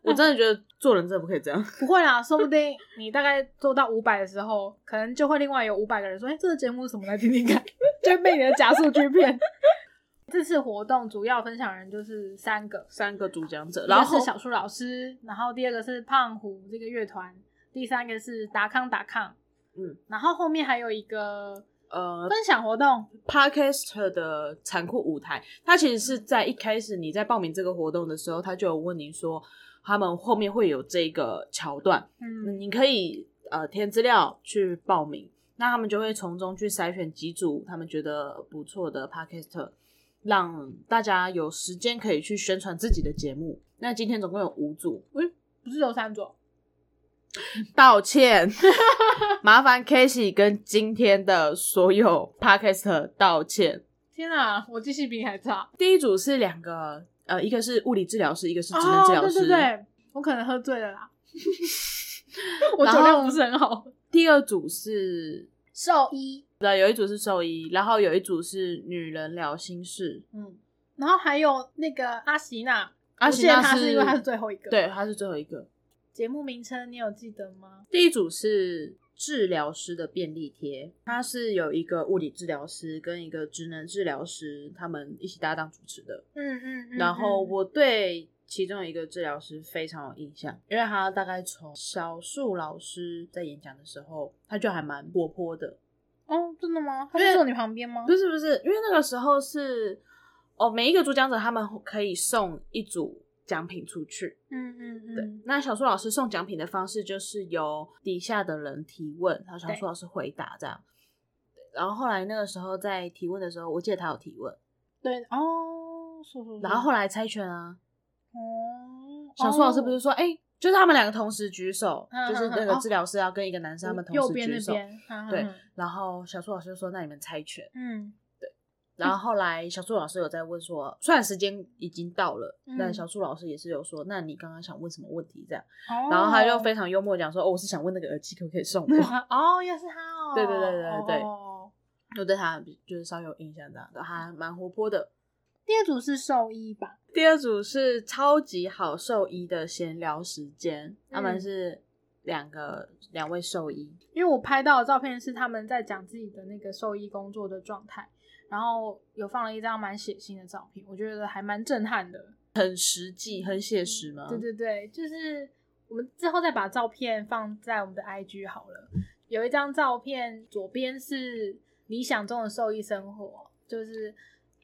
Speaker 1: 我真的觉得做人真的不可以这样。
Speaker 2: 不会啦，说不定你大概做到五百的时候，可能就会另外有五百个人说：“哎、这个节目是什么？来听听看。” (laughs) 就会被你的假数
Speaker 1: (laughs)
Speaker 2: 据骗。这次活动主要分享人就是三个，
Speaker 1: 三个主讲者，
Speaker 2: 一
Speaker 1: 然
Speaker 2: 个
Speaker 1: 后
Speaker 2: 是小树老师，然后第二个是胖虎这个乐团，第三个是达康达康，
Speaker 1: 嗯，
Speaker 2: 然后后面还有一个
Speaker 1: 呃
Speaker 2: 分享活动，
Speaker 1: ，Podcast 的残酷舞台，它其实是在一开始你在报名这个活动的时候，他就有问你说他们后面会有这个桥段。
Speaker 2: 嗯，
Speaker 1: 你可以呃填资料去报名，那他们就会从中去筛选几组他们觉得不错的 podcaster，让大家有时间可以去宣传自己的节目。那今天总共有五组，
Speaker 2: 不是有三种，
Speaker 1: 道歉， (laughs) 麻烦 Casey 跟今天的所有 podcaster 道歉。
Speaker 2: 天啊，我记性比你还差，
Speaker 1: 第一组是两个，呃，一个是物理治疗师，一个是职能
Speaker 2: 哦，
Speaker 1: 治疗
Speaker 2: 对
Speaker 1: 师。
Speaker 2: 对对，我可能喝醉了
Speaker 1: (laughs)
Speaker 2: 啦，我
Speaker 1: 然
Speaker 2: 酒量
Speaker 1: 后
Speaker 2: 不是很好。
Speaker 1: 第二组是，
Speaker 2: 兽医，
Speaker 1: 对，有一组是兽医，然后有一组是女人聊心事。
Speaker 2: 嗯，然后还有那个阿喜娜，
Speaker 1: 阿
Speaker 2: 我
Speaker 1: 喜
Speaker 2: 记得
Speaker 1: 娜
Speaker 2: 她是因为她是最后一个
Speaker 1: 对，她是最后一个。
Speaker 2: 节目名称你有记得吗？
Speaker 1: 第一组是治疗师的便利贴，它是有一个物理治疗师跟一个职能治疗师他们一起搭档主持的。
Speaker 2: 嗯嗯嗯
Speaker 1: 然后我对其中一个治疗师非常有印象，因为他大概从小树老师在演讲的时候，他就还蛮活泼的。
Speaker 2: 哦，真的吗？她
Speaker 1: 因
Speaker 2: 是
Speaker 1: 为
Speaker 2: 坐你旁边吗？
Speaker 1: 不是不是，因为那个时候是哦，每一个主讲者他们可以送一组奖品出去，
Speaker 2: 嗯嗯
Speaker 1: 对，
Speaker 2: 嗯，
Speaker 1: 那小树老师送奖品的方式就是由底下的人提问，然后小树老师回答这样。对然后后来那个时候在提问的时候，我记得他有提问，
Speaker 2: 对哦，是是是
Speaker 1: 然后后来猜拳啊，
Speaker 2: 哦，
Speaker 1: 小树老师不是说，哎、就是他们两个同时举手，
Speaker 2: 嗯
Speaker 1: 就是那
Speaker 2: 嗯嗯
Speaker 1: 个
Speaker 2: 哦嗯
Speaker 1: 治疗师要跟一个男生他们同
Speaker 2: 右
Speaker 1: 时
Speaker 2: 边
Speaker 1: 举
Speaker 2: 那
Speaker 1: 手，
Speaker 2: 边，嗯
Speaker 1: 对，然后小树老师就说，那你们猜
Speaker 2: (laughs)
Speaker 1: 拳。
Speaker 2: 嗯
Speaker 1: 然后后来小树老师有在问说，虽然时间已经到了，
Speaker 2: 嗯
Speaker 1: 但小树老师也是有说，那你刚刚想问什么问题这样，
Speaker 2: 嗯，
Speaker 1: 然后他就
Speaker 2: 哦
Speaker 1: 非常幽默地讲说，哦，我是想问那个耳机可不可以
Speaker 2: (laughs)
Speaker 1: 送我。
Speaker 2: 哦，也是他哦，
Speaker 1: 对对对对对
Speaker 2: 哦
Speaker 1: 我对他比就是稍有印象这样的，还蛮活泼的。
Speaker 2: 第二组是兽医吧？
Speaker 1: 第二组是超级好兽医的闲聊时间，他们
Speaker 2: 嗯
Speaker 1: 是两个两位兽医，
Speaker 2: 因为我拍到的照片是他们在讲自己的那个兽医工作的状态，然后有放了一张蛮血腥的照片，我觉得还蛮震撼的。
Speaker 1: 很实际，很写实嘛。
Speaker 2: 对对对，就是我们之后再把照片放在我们的 IG 好了。有一张照片，左边是理想中的兽医生活，就是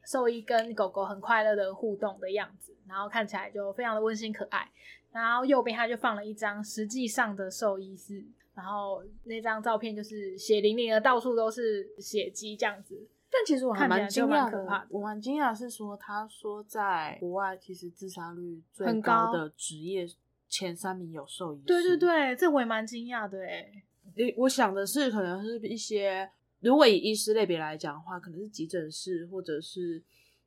Speaker 2: 兽医跟狗狗很快乐的互动的样子，然后看起来就非常的温馨可爱。然后右边他就放了一张实际上的兽医室，然后那张照片就是血淋淋的，到处都是血迹这样子。
Speaker 1: 但其实我还
Speaker 2: 看起来
Speaker 1: 蛮
Speaker 2: 就
Speaker 1: 惊
Speaker 2: 蛮
Speaker 1: 讶
Speaker 2: 可
Speaker 1: 的
Speaker 2: 怕的，
Speaker 1: 我蛮惊讶的是说，他说在国外其实自杀率最
Speaker 2: 很
Speaker 1: 高
Speaker 2: 高
Speaker 1: 的职业前三名有兽医师。
Speaker 2: 对对对，这我也蛮惊讶的哎。
Speaker 1: 你我想的是，可能是一些如果以医师类别来讲的话，可能是急诊室或者是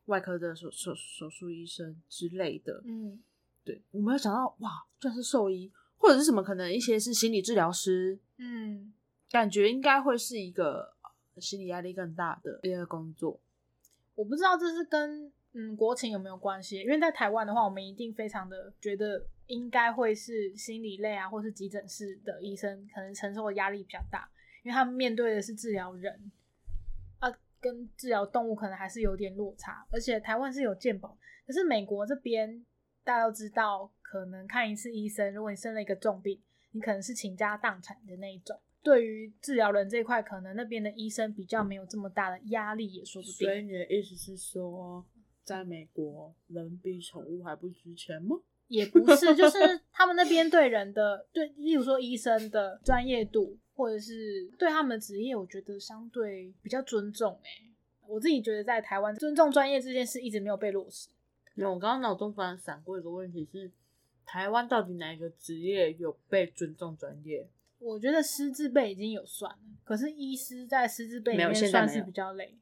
Speaker 1: 外科的手手手术医生之类的。
Speaker 2: 嗯，
Speaker 1: 对，我没有想到，哇，居然是兽医，或者是什么？可能一些是心理治疗师，
Speaker 2: 嗯，
Speaker 1: 感觉应该会是一个呃心理压力更大的一个工作。
Speaker 2: 我不知道这是跟嗯国情有没有关系，因为在台湾的话，我们一定非常的觉得应该会是心理类啊，或是急诊室的医生，可能承受的压力比较大，因为他们面对的是治疗人啊，跟治疗动物可能还是有点落差，而且台湾是有健保，可是美国这边大家都知道，可能看一次医生，如果你生了一个重病，你可能是倾家荡产的那一种。对于治疗人这一块，可能那边的医生比较没有这么大的压力，也说不定。
Speaker 1: 所以你的意思是说，在美国人比宠物还不值钱吗？
Speaker 2: 也不是，就是他们那边对人的对，例如说医生的专业度，或者是对他们的职业，我觉得相对比较尊重、欸。哎，我自己觉得在台湾尊重专业这件事一直没有被落实。
Speaker 1: 那我刚刚脑中突然闪过一个问题是，台湾到底哪一个职业有被尊重专业？
Speaker 2: 我觉得师字辈已经有算了，可是医师在师字辈里
Speaker 1: 没有
Speaker 2: 面
Speaker 1: 现在
Speaker 2: 算
Speaker 1: 没
Speaker 2: 是
Speaker 1: 有
Speaker 2: 比较累。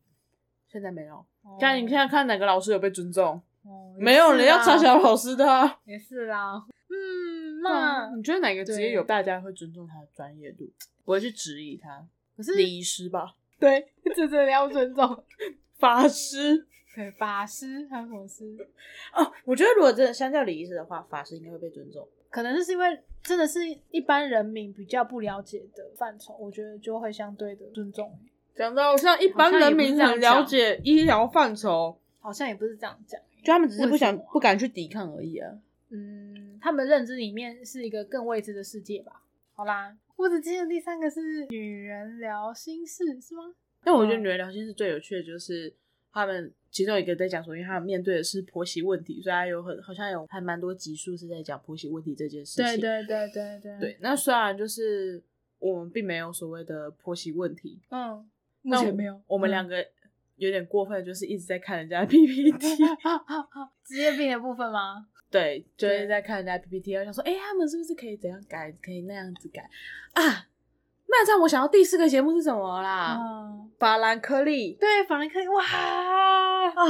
Speaker 1: 现在没有。
Speaker 2: 哦
Speaker 1: 但你现在看哪个老师有被尊重？
Speaker 2: 哦
Speaker 1: 没有人要嘲
Speaker 2: 小
Speaker 1: 笑老师的 (laughs) 啊。
Speaker 2: 也是啦。嗯，那
Speaker 1: 你觉得哪个职业有
Speaker 2: 对
Speaker 1: 大家会尊重他的专业度，不会去质疑他？
Speaker 2: 可是
Speaker 1: 礼仪师吧，
Speaker 2: 对，这真的要尊重。 (laughs)
Speaker 1: 法师
Speaker 2: 对，法师还有什么师？
Speaker 1: 哦，我觉得如果真的相较礼仪师的话，法师应该会被尊重。
Speaker 2: 可能就是因为真的是一般人民比较不了解的范畴，我觉得就会相对的尊重。
Speaker 1: 讲到像一般
Speaker 2: 好像也
Speaker 1: 人
Speaker 2: 不是
Speaker 1: 民
Speaker 2: 这样
Speaker 1: 很了
Speaker 2: 讲
Speaker 1: 解医疗范畴，
Speaker 2: 好像也不是这样讲，
Speaker 1: 就他们只是不
Speaker 2: 为
Speaker 1: 想
Speaker 2: 什么啊
Speaker 1: 不敢去抵抗而已啊。
Speaker 2: 嗯，他们认知里面是一个更未知的世界吧。好啦，我只记得第三个是女人聊心事，是吗？
Speaker 1: 但我觉得
Speaker 2: 嗯
Speaker 1: 女人聊心事最有趣的就是他们其中有一个在讲说，因为他们面对的是婆媳问题，所以他有很好像有还蛮多集数是在讲婆媳问题这件事情。
Speaker 2: 对对对对对，
Speaker 1: 对，那虽然就是我们并没有所谓的婆媳问题，
Speaker 2: 嗯，目
Speaker 1: 那
Speaker 2: 前没有，
Speaker 1: 我们
Speaker 2: 嗯
Speaker 1: 两个有点过分，就是一直在看人家的 (laughs)
Speaker 2: (laughs)
Speaker 1: PPT，
Speaker 2: 职业病的部分吗？
Speaker 1: 对，就是
Speaker 2: 对
Speaker 1: 在看人家的 PPT，然后想说，哎、他们是不是可以怎样改，可以那样子改啊？那这样我想要第四个节目是什么啦？
Speaker 2: 嗯，
Speaker 1: 法兰克利，
Speaker 2: 对，法兰克利，哇啊，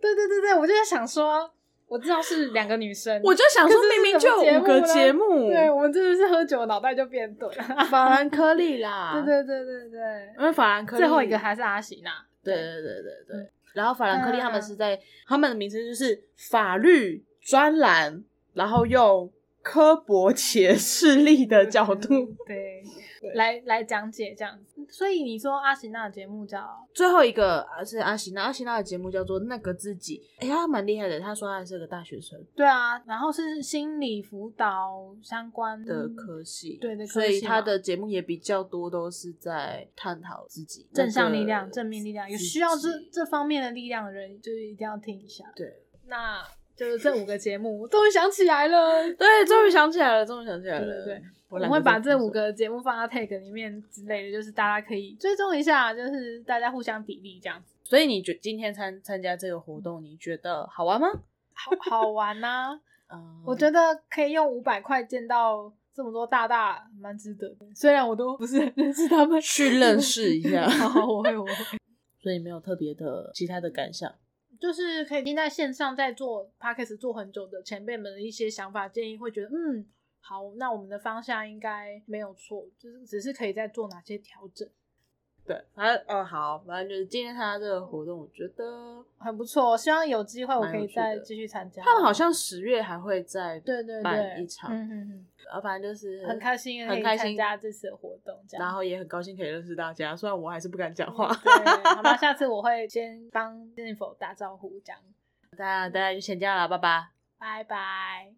Speaker 2: 对对对对，我就在想说，我知道是两个女生，
Speaker 1: (laughs) 我就想说，
Speaker 2: 可是
Speaker 1: 明明
Speaker 2: 这是
Speaker 1: 就
Speaker 2: 什么
Speaker 1: 有五个节
Speaker 2: 节
Speaker 1: 目，
Speaker 2: 对，我们真的是喝酒脑袋就变钝了。
Speaker 1: (laughs) 法兰克利啦，
Speaker 2: (laughs) 对对对对对
Speaker 1: 因，为法兰克利
Speaker 2: 啊最后一个还嗯是阿喜娜。
Speaker 1: 对对对对对。然后法兰克利他们
Speaker 2: 嗯
Speaker 1: 是在他们的名称就是法律专栏，然后用刻薄且势利的角度。
Speaker 2: (laughs) 对
Speaker 1: 对
Speaker 2: 来来讲解这样子。所以你说阿喜娜的节目叫
Speaker 1: 最后一个啊是阿喜娜，阿喜娜的节目叫做《那个自己》，哎，他蛮厉害的。他说他是个大学生
Speaker 2: 对啊，然后是心理辅导相关嗯
Speaker 1: 的科系，
Speaker 2: 对的科系
Speaker 1: 所以他
Speaker 2: 嘛
Speaker 1: 的节目也比较多都是在探讨自己
Speaker 2: 正向力
Speaker 1: 那
Speaker 2: 量、
Speaker 1: 个
Speaker 2: 正面力量，有
Speaker 1: 自
Speaker 2: 需要这
Speaker 1: 己
Speaker 2: 这方面的力量的人，就是一定要听一下。
Speaker 1: 对
Speaker 2: 那就是这五个节目，我终于想起来了。
Speaker 1: 对，终于想起来了，终于想起来
Speaker 2: 对
Speaker 1: 了。
Speaker 2: 对对，
Speaker 1: 我
Speaker 2: 我
Speaker 1: 懒得
Speaker 2: 们会把
Speaker 1: 再
Speaker 2: 这
Speaker 1: 搜
Speaker 2: 五个节目放到 tag 里面之类的，就是大家可以追踪一下，就是大家互相砥砺这样子，
Speaker 1: 所以你觉今天参参加这个活动，你觉得好玩吗？
Speaker 2: 好好玩呐、
Speaker 1: (laughs) 嗯，
Speaker 2: 我觉得可以用五百块见到这么多大大，蛮值得的。虽然我都不是很认识他们，
Speaker 1: 去认识一 (laughs) 下
Speaker 2: (laughs) 好好，我会，我会。
Speaker 1: (laughs) 所以没有特别的其他的感想。
Speaker 2: 就是可以听在线上在做 podcast 做很久的前辈们的一些想法建议，会觉得嗯，好，那我们的方向应该没有错，就是只是可以再做哪些调整，
Speaker 1: 对，反正嗯好，反正就是今天参加这个活动，我觉得
Speaker 2: 很不错。哦希望有机会我可
Speaker 1: 蛮有
Speaker 2: 以
Speaker 1: 趣的
Speaker 2: 再继续参加。
Speaker 1: 他们好像十月还会再
Speaker 2: 对对
Speaker 1: 办
Speaker 2: 对，
Speaker 1: 一场
Speaker 2: 嗯嗯
Speaker 1: 然后反正就是
Speaker 2: 嗯，很开心，
Speaker 1: 很开
Speaker 2: 参
Speaker 1: 心
Speaker 2: 加这次的活动，这样。
Speaker 1: 然后也很高兴可以认识大家，虽然我还是不敢讲话。 (laughs)
Speaker 2: 对，好吧，下次我会先帮 Jennifer 打招呼，这样，
Speaker 1: 那大家就先这样了，拜拜。
Speaker 2: 拜拜。